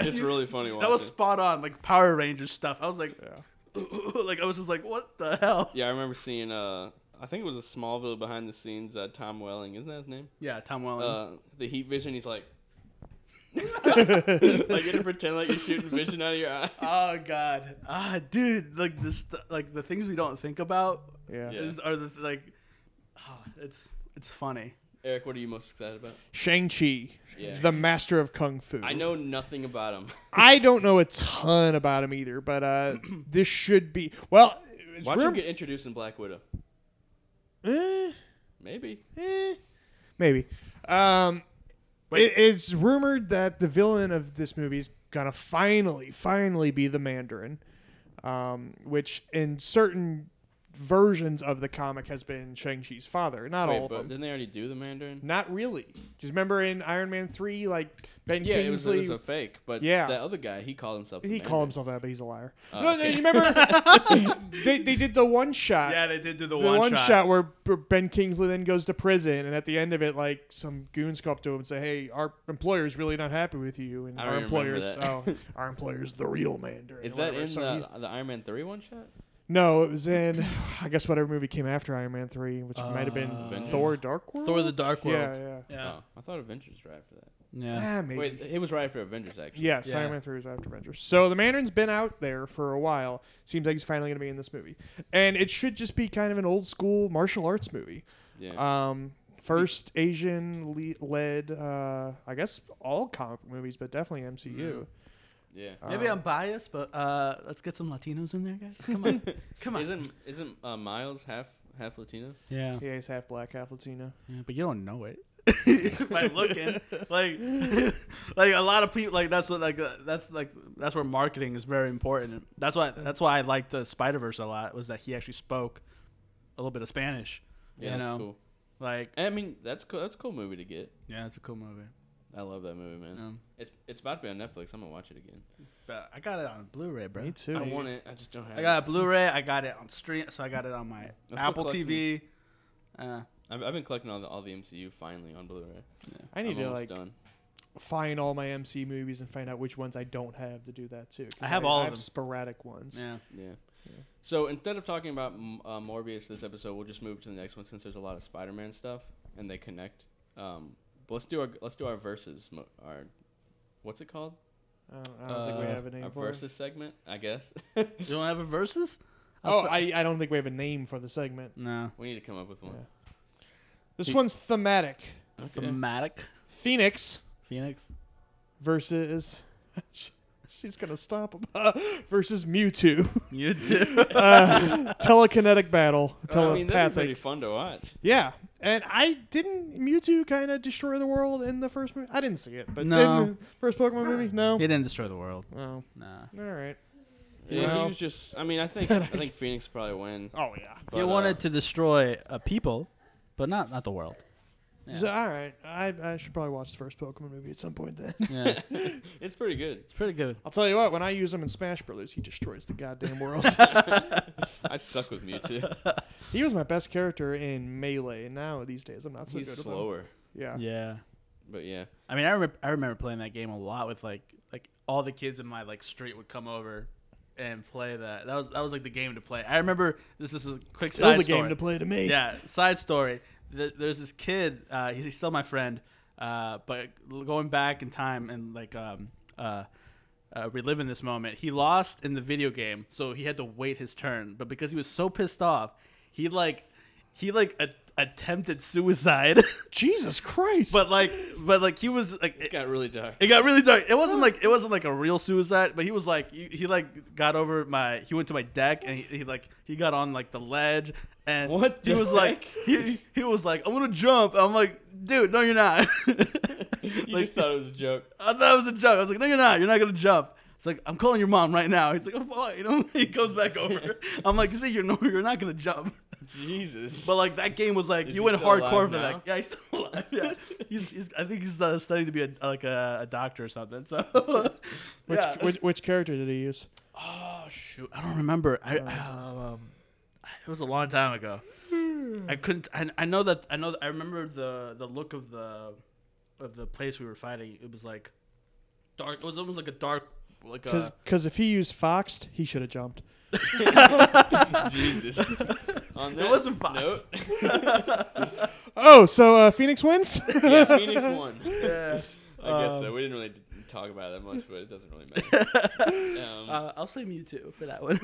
Speaker 2: it's really funny.
Speaker 3: that was
Speaker 2: watching.
Speaker 3: spot on, like Power Rangers stuff. I was like,
Speaker 4: Yeah.
Speaker 3: like I was just like, what the hell?
Speaker 2: Yeah, I remember seeing. Uh, I think it was a Smallville behind the scenes. Uh, Tom Welling, isn't that his name?
Speaker 3: Yeah, Tom Welling.
Speaker 2: Uh, the heat vision. He's like, like you had to pretend like you're shooting vision out of your eye.
Speaker 3: oh god, ah, dude, like this, like the things we don't think about
Speaker 4: Yeah.
Speaker 2: Yeah.
Speaker 3: is are the like, oh, it's it's funny.
Speaker 2: Eric, what are you most excited about?
Speaker 4: Shang Chi,
Speaker 2: Yeah.
Speaker 4: the master of kung fu.
Speaker 2: I know nothing about him.
Speaker 4: I don't know a ton about him either, but uh, this should be well. It's
Speaker 2: Watch him
Speaker 4: rum-
Speaker 2: get introduced in Black Widow.
Speaker 4: eh,
Speaker 2: Maybe.
Speaker 4: eh, maybe. Um, it, it's rumored that the villain of this movie is gonna finally, finally be the Mandarin, um, which in certain versions of the comic has been Shang Chi's father. Not all
Speaker 2: Wait,
Speaker 4: of
Speaker 2: but
Speaker 4: them.
Speaker 2: didn't they already do the Mandarin?
Speaker 4: Not really. Just remember in Iron Man three, like Ben
Speaker 2: Yeah, it was, it
Speaker 4: Kingsley.
Speaker 2: was a fake. But
Speaker 4: Yeah.
Speaker 2: that other guy, he called himself. the
Speaker 4: he
Speaker 2: Mandarin.
Speaker 4: called himself that, but he's a liar.
Speaker 2: Oh,
Speaker 4: no, no,
Speaker 2: okay.
Speaker 4: you remember they, they did the one shot.
Speaker 3: Yeah, they did do Uh, the,
Speaker 4: the
Speaker 3: one,
Speaker 4: one, shot. where B- Ben Kingsley then goes to prison, and at the end of it, like some goons come up to him and say, "Hey, our employer's really not happy with you, and
Speaker 2: I
Speaker 4: our
Speaker 2: remember
Speaker 4: employer's
Speaker 2: that.
Speaker 4: oh, our employer's the real Mandarin."
Speaker 2: Is
Speaker 4: or
Speaker 2: that
Speaker 4: whatever."
Speaker 2: in
Speaker 4: So
Speaker 2: the,
Speaker 4: he's-
Speaker 2: the Iron Man three one shot?
Speaker 4: No, it was in I guess whatever movie came after Iron Man three, which might have been
Speaker 3: Uh,
Speaker 2: Avengers.
Speaker 4: Thor: Dark World.
Speaker 3: Thor: The Dark World.
Speaker 4: Yeah, yeah.
Speaker 3: Yeah.
Speaker 2: Oh, I thought Avengers right after that.
Speaker 3: Yeah.
Speaker 4: Ah, maybe.
Speaker 2: Wait, it was right after Avengers actually.
Speaker 4: Yes,
Speaker 3: Yeah.
Speaker 4: Iron Man 3 was after Avengers. So the Mandarin's been out there for a while. Seems like he's finally going to be in this movie. And it should just be kind of an old school martial arts movie.
Speaker 2: Yeah.
Speaker 4: Um, first Asian le- led, uh, I guess all comic movies, but definitely MCU.
Speaker 2: Yeah.
Speaker 3: Mm-hmm. Maybe
Speaker 4: Uh,
Speaker 3: I'm biased, but uh, let's get some Latinos in there, guys. Come on,
Speaker 4: uh,
Speaker 3: come on.
Speaker 2: Isn't isn't uh, Miles half half Latino?
Speaker 3: yeah.
Speaker 4: Yeah, he's half black, half Latino.
Speaker 3: Yeah, but you don't know it by looking. like, like a lot of people. Like that's what like uh, that's like that's where marketing is very important. That's why that's why I liked uh, Spider Verse a lot was that he actually spoke a little bit of Spanish.
Speaker 2: Yeah,
Speaker 3: you
Speaker 2: that's
Speaker 3: know,
Speaker 2: cool.
Speaker 3: like
Speaker 2: I mean, that's cool. That's a cool movie to get.
Speaker 3: yeah, it's a cool movie.
Speaker 2: I love that movie, man.
Speaker 3: Um,
Speaker 2: It's it's about to be on Netflix. I'm gonna watch it again.
Speaker 3: but I got it on Blu-ray, bro.
Speaker 4: Me too.
Speaker 2: I want it. I just don't have.
Speaker 3: I got a Blu-ray. I got it on stream, so I got it on my
Speaker 2: still
Speaker 3: Apple
Speaker 2: collecting
Speaker 3: TV. Uh,
Speaker 2: it. I've, I've been collecting all the all the MCU finally on Blu-ray.
Speaker 4: I need
Speaker 2: I'm
Speaker 4: to
Speaker 2: almost
Speaker 4: like
Speaker 2: done.
Speaker 4: find all my MC movies and find out which ones I don't have to do that too. 'cause
Speaker 3: I have all of
Speaker 4: have
Speaker 3: them.
Speaker 4: sporadic ones.
Speaker 3: yeah.
Speaker 2: Yeah. So instead of talking about M- uh, Morbius this episode, we'll just move to the next one since there's a lot of Spider-Man stuff and they connect. Um, but let's do our let's do our verses. mo- Our what's it called?
Speaker 4: I don't, I don't think we
Speaker 3: Uh,
Speaker 4: have a name
Speaker 2: Our
Speaker 4: for it.
Speaker 2: versus segment, I guess.
Speaker 3: You don't have a versus?
Speaker 4: Oh, I, I don't think we have a name for the segment.
Speaker 3: no.
Speaker 2: we need to come up with one.
Speaker 4: This
Speaker 2: He-
Speaker 4: one's thematic. Mm,
Speaker 2: Okay.
Speaker 3: Thematic.
Speaker 4: Phoenix
Speaker 3: Phoenix.
Speaker 4: versus. She's gonna stop him. versus Mewtwo.
Speaker 3: You too.
Speaker 4: Uh, telekinetic battle.
Speaker 2: I mean,
Speaker 4: Telepathic.
Speaker 2: that'd be pretty fun to watch.
Speaker 4: Yeah, and I didn't Mewtwo kind of destroy the world in the first movie. I didn't see it, but
Speaker 3: No.
Speaker 4: in the first Pokemon movie, no.
Speaker 3: He didn't destroy the world.
Speaker 4: Oh,
Speaker 3: Nah.
Speaker 4: all right.
Speaker 2: Yeah,
Speaker 4: Well-
Speaker 2: he was just. I mean, I think I think Phoenix probably win.
Speaker 4: Oh yeah.
Speaker 2: But,
Speaker 3: he
Speaker 2: uh,
Speaker 3: wanted to destroy a people, but not not the world. Yeah.
Speaker 4: So, all right, I, I should probably watch the first Pokemon movie at some point then.
Speaker 3: Yeah.
Speaker 2: It's pretty good.
Speaker 3: it's pretty good.
Speaker 4: I'll tell you what, when I use him in Smash Brothers, he destroys the goddamn world.
Speaker 2: I suck with Mewtwo.
Speaker 4: he was my best character in Melee. Now these days, I'm not so
Speaker 2: He's
Speaker 4: good with him.
Speaker 2: slower,
Speaker 4: Yeah.
Speaker 3: Yeah.
Speaker 2: but yeah.
Speaker 3: I mean, I remember I remember playing that game a lot with like like all the kids in my like street would come over and play that. That was that was like the game to play. I remember this is a quick
Speaker 4: Still
Speaker 3: side
Speaker 4: the
Speaker 3: story.
Speaker 4: game to play to me.
Speaker 3: yeah, side story. Th- There's this kid. Uh, he's he's still my friend, uh, but going back in time and like um, uh, uh, reliving this moment, he lost in the video game, so he had to wait his turn. But because he was so pissed off, he like he like a- attempted suicide.
Speaker 4: Jesus Christ.
Speaker 3: but like but like he was like
Speaker 2: It got really dark.
Speaker 3: it got really dark. It wasn't like it wasn't like a real suicide, but he was like he, he like got over my he went to my deck and he, he like he got on like the ledge and
Speaker 2: What
Speaker 3: he
Speaker 2: the
Speaker 3: was like
Speaker 2: heck?
Speaker 3: he he was like I'm gonna jump. I'm like dude, no, you're not.
Speaker 2: you
Speaker 3: like
Speaker 2: just thought it was a joke.
Speaker 3: I thought it was a joke. I was like, no, you're not. You're not gonna jump. It's like I'm calling your mom right now. He's like, oh, boy. you know. He goes back over. I'm like, see, you're no, you're not gonna jump.
Speaker 2: Jesus.
Speaker 3: But like that game was like
Speaker 2: Is
Speaker 3: you
Speaker 2: he
Speaker 3: went
Speaker 2: still
Speaker 3: hardcore
Speaker 2: alive
Speaker 3: for
Speaker 2: now?
Speaker 3: that. Yeah, he's still alive. Yeah, he's, he's I think he's uh, studying to be a like a, a doctor or something. So
Speaker 4: which,
Speaker 3: yeah.
Speaker 4: which which character did he use?
Speaker 3: oh shoot, I don't remember. I, um, it was a long time ago. I couldn't. I, I know that I know. That, I remember the the look of the of the place we were fighting. It was like dark. It was almost like a dark like a.
Speaker 4: Because if he used Foxed, he should have jumped.
Speaker 2: Jesus. On that
Speaker 3: It wasn't Fox.
Speaker 2: note,
Speaker 4: Oh, so uh, Phoenix wins.
Speaker 2: yeah, Phoenix won.
Speaker 3: Yeah.
Speaker 2: I guess so. We didn't really d- talk about it that much, but it doesn't really matter. Um,
Speaker 3: Uh, I'll say Mewtwo for that one.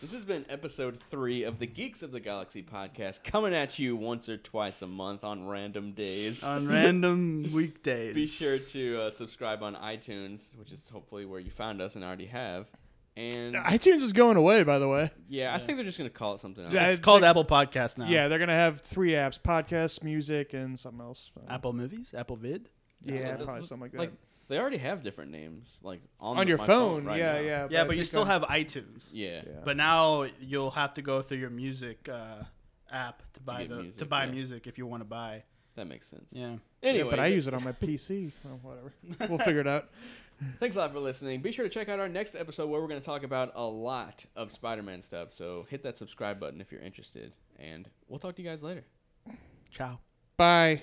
Speaker 2: This has been episode three of the Geeks of the Galaxy podcast, coming at you once or twice a month on random days.
Speaker 3: On random weekdays.
Speaker 2: Be sure to uh, subscribe on iTunes, which is hopefully where you found us and already have. And
Speaker 4: iTunes is going away, by the way.
Speaker 2: yeah, I think they're just gonna call it something else.
Speaker 4: Yeah,
Speaker 3: It's called Apple Podcast now.
Speaker 4: Yeah, they're gonna have three apps: podcast, music, and something else. Um,
Speaker 3: Apple Movies, Apple Vid.
Speaker 4: yeah,
Speaker 2: It's like-
Speaker 4: probably something like that.
Speaker 2: Like they already have different names, like on,
Speaker 4: on,
Speaker 2: the-
Speaker 4: your
Speaker 2: my
Speaker 4: phone,
Speaker 2: right
Speaker 4: yeah,
Speaker 2: now.
Speaker 4: yeah,
Speaker 3: Yeah,
Speaker 4: I
Speaker 3: but you
Speaker 4: think
Speaker 3: still
Speaker 4: on-
Speaker 3: have iTunes.
Speaker 2: yeah,
Speaker 4: Yeah.
Speaker 3: But now you'll have to go through your music uh, app to buy
Speaker 2: get
Speaker 3: the to
Speaker 2: music,
Speaker 3: buy
Speaker 2: yeah.
Speaker 3: music if you want to buy.
Speaker 2: That makes sense.
Speaker 3: Yeah.
Speaker 2: Anyway,
Speaker 4: but I use it on my PC. Well, whatever, we'll figure it out.
Speaker 2: Thanks a lot for listening. Be sure to check out our next episode where we're going to talk about a lot of Spider Man stuff. So hit that subscribe button if you're interested. And we'll talk to you guys later.
Speaker 3: Ciao.
Speaker 4: Bye.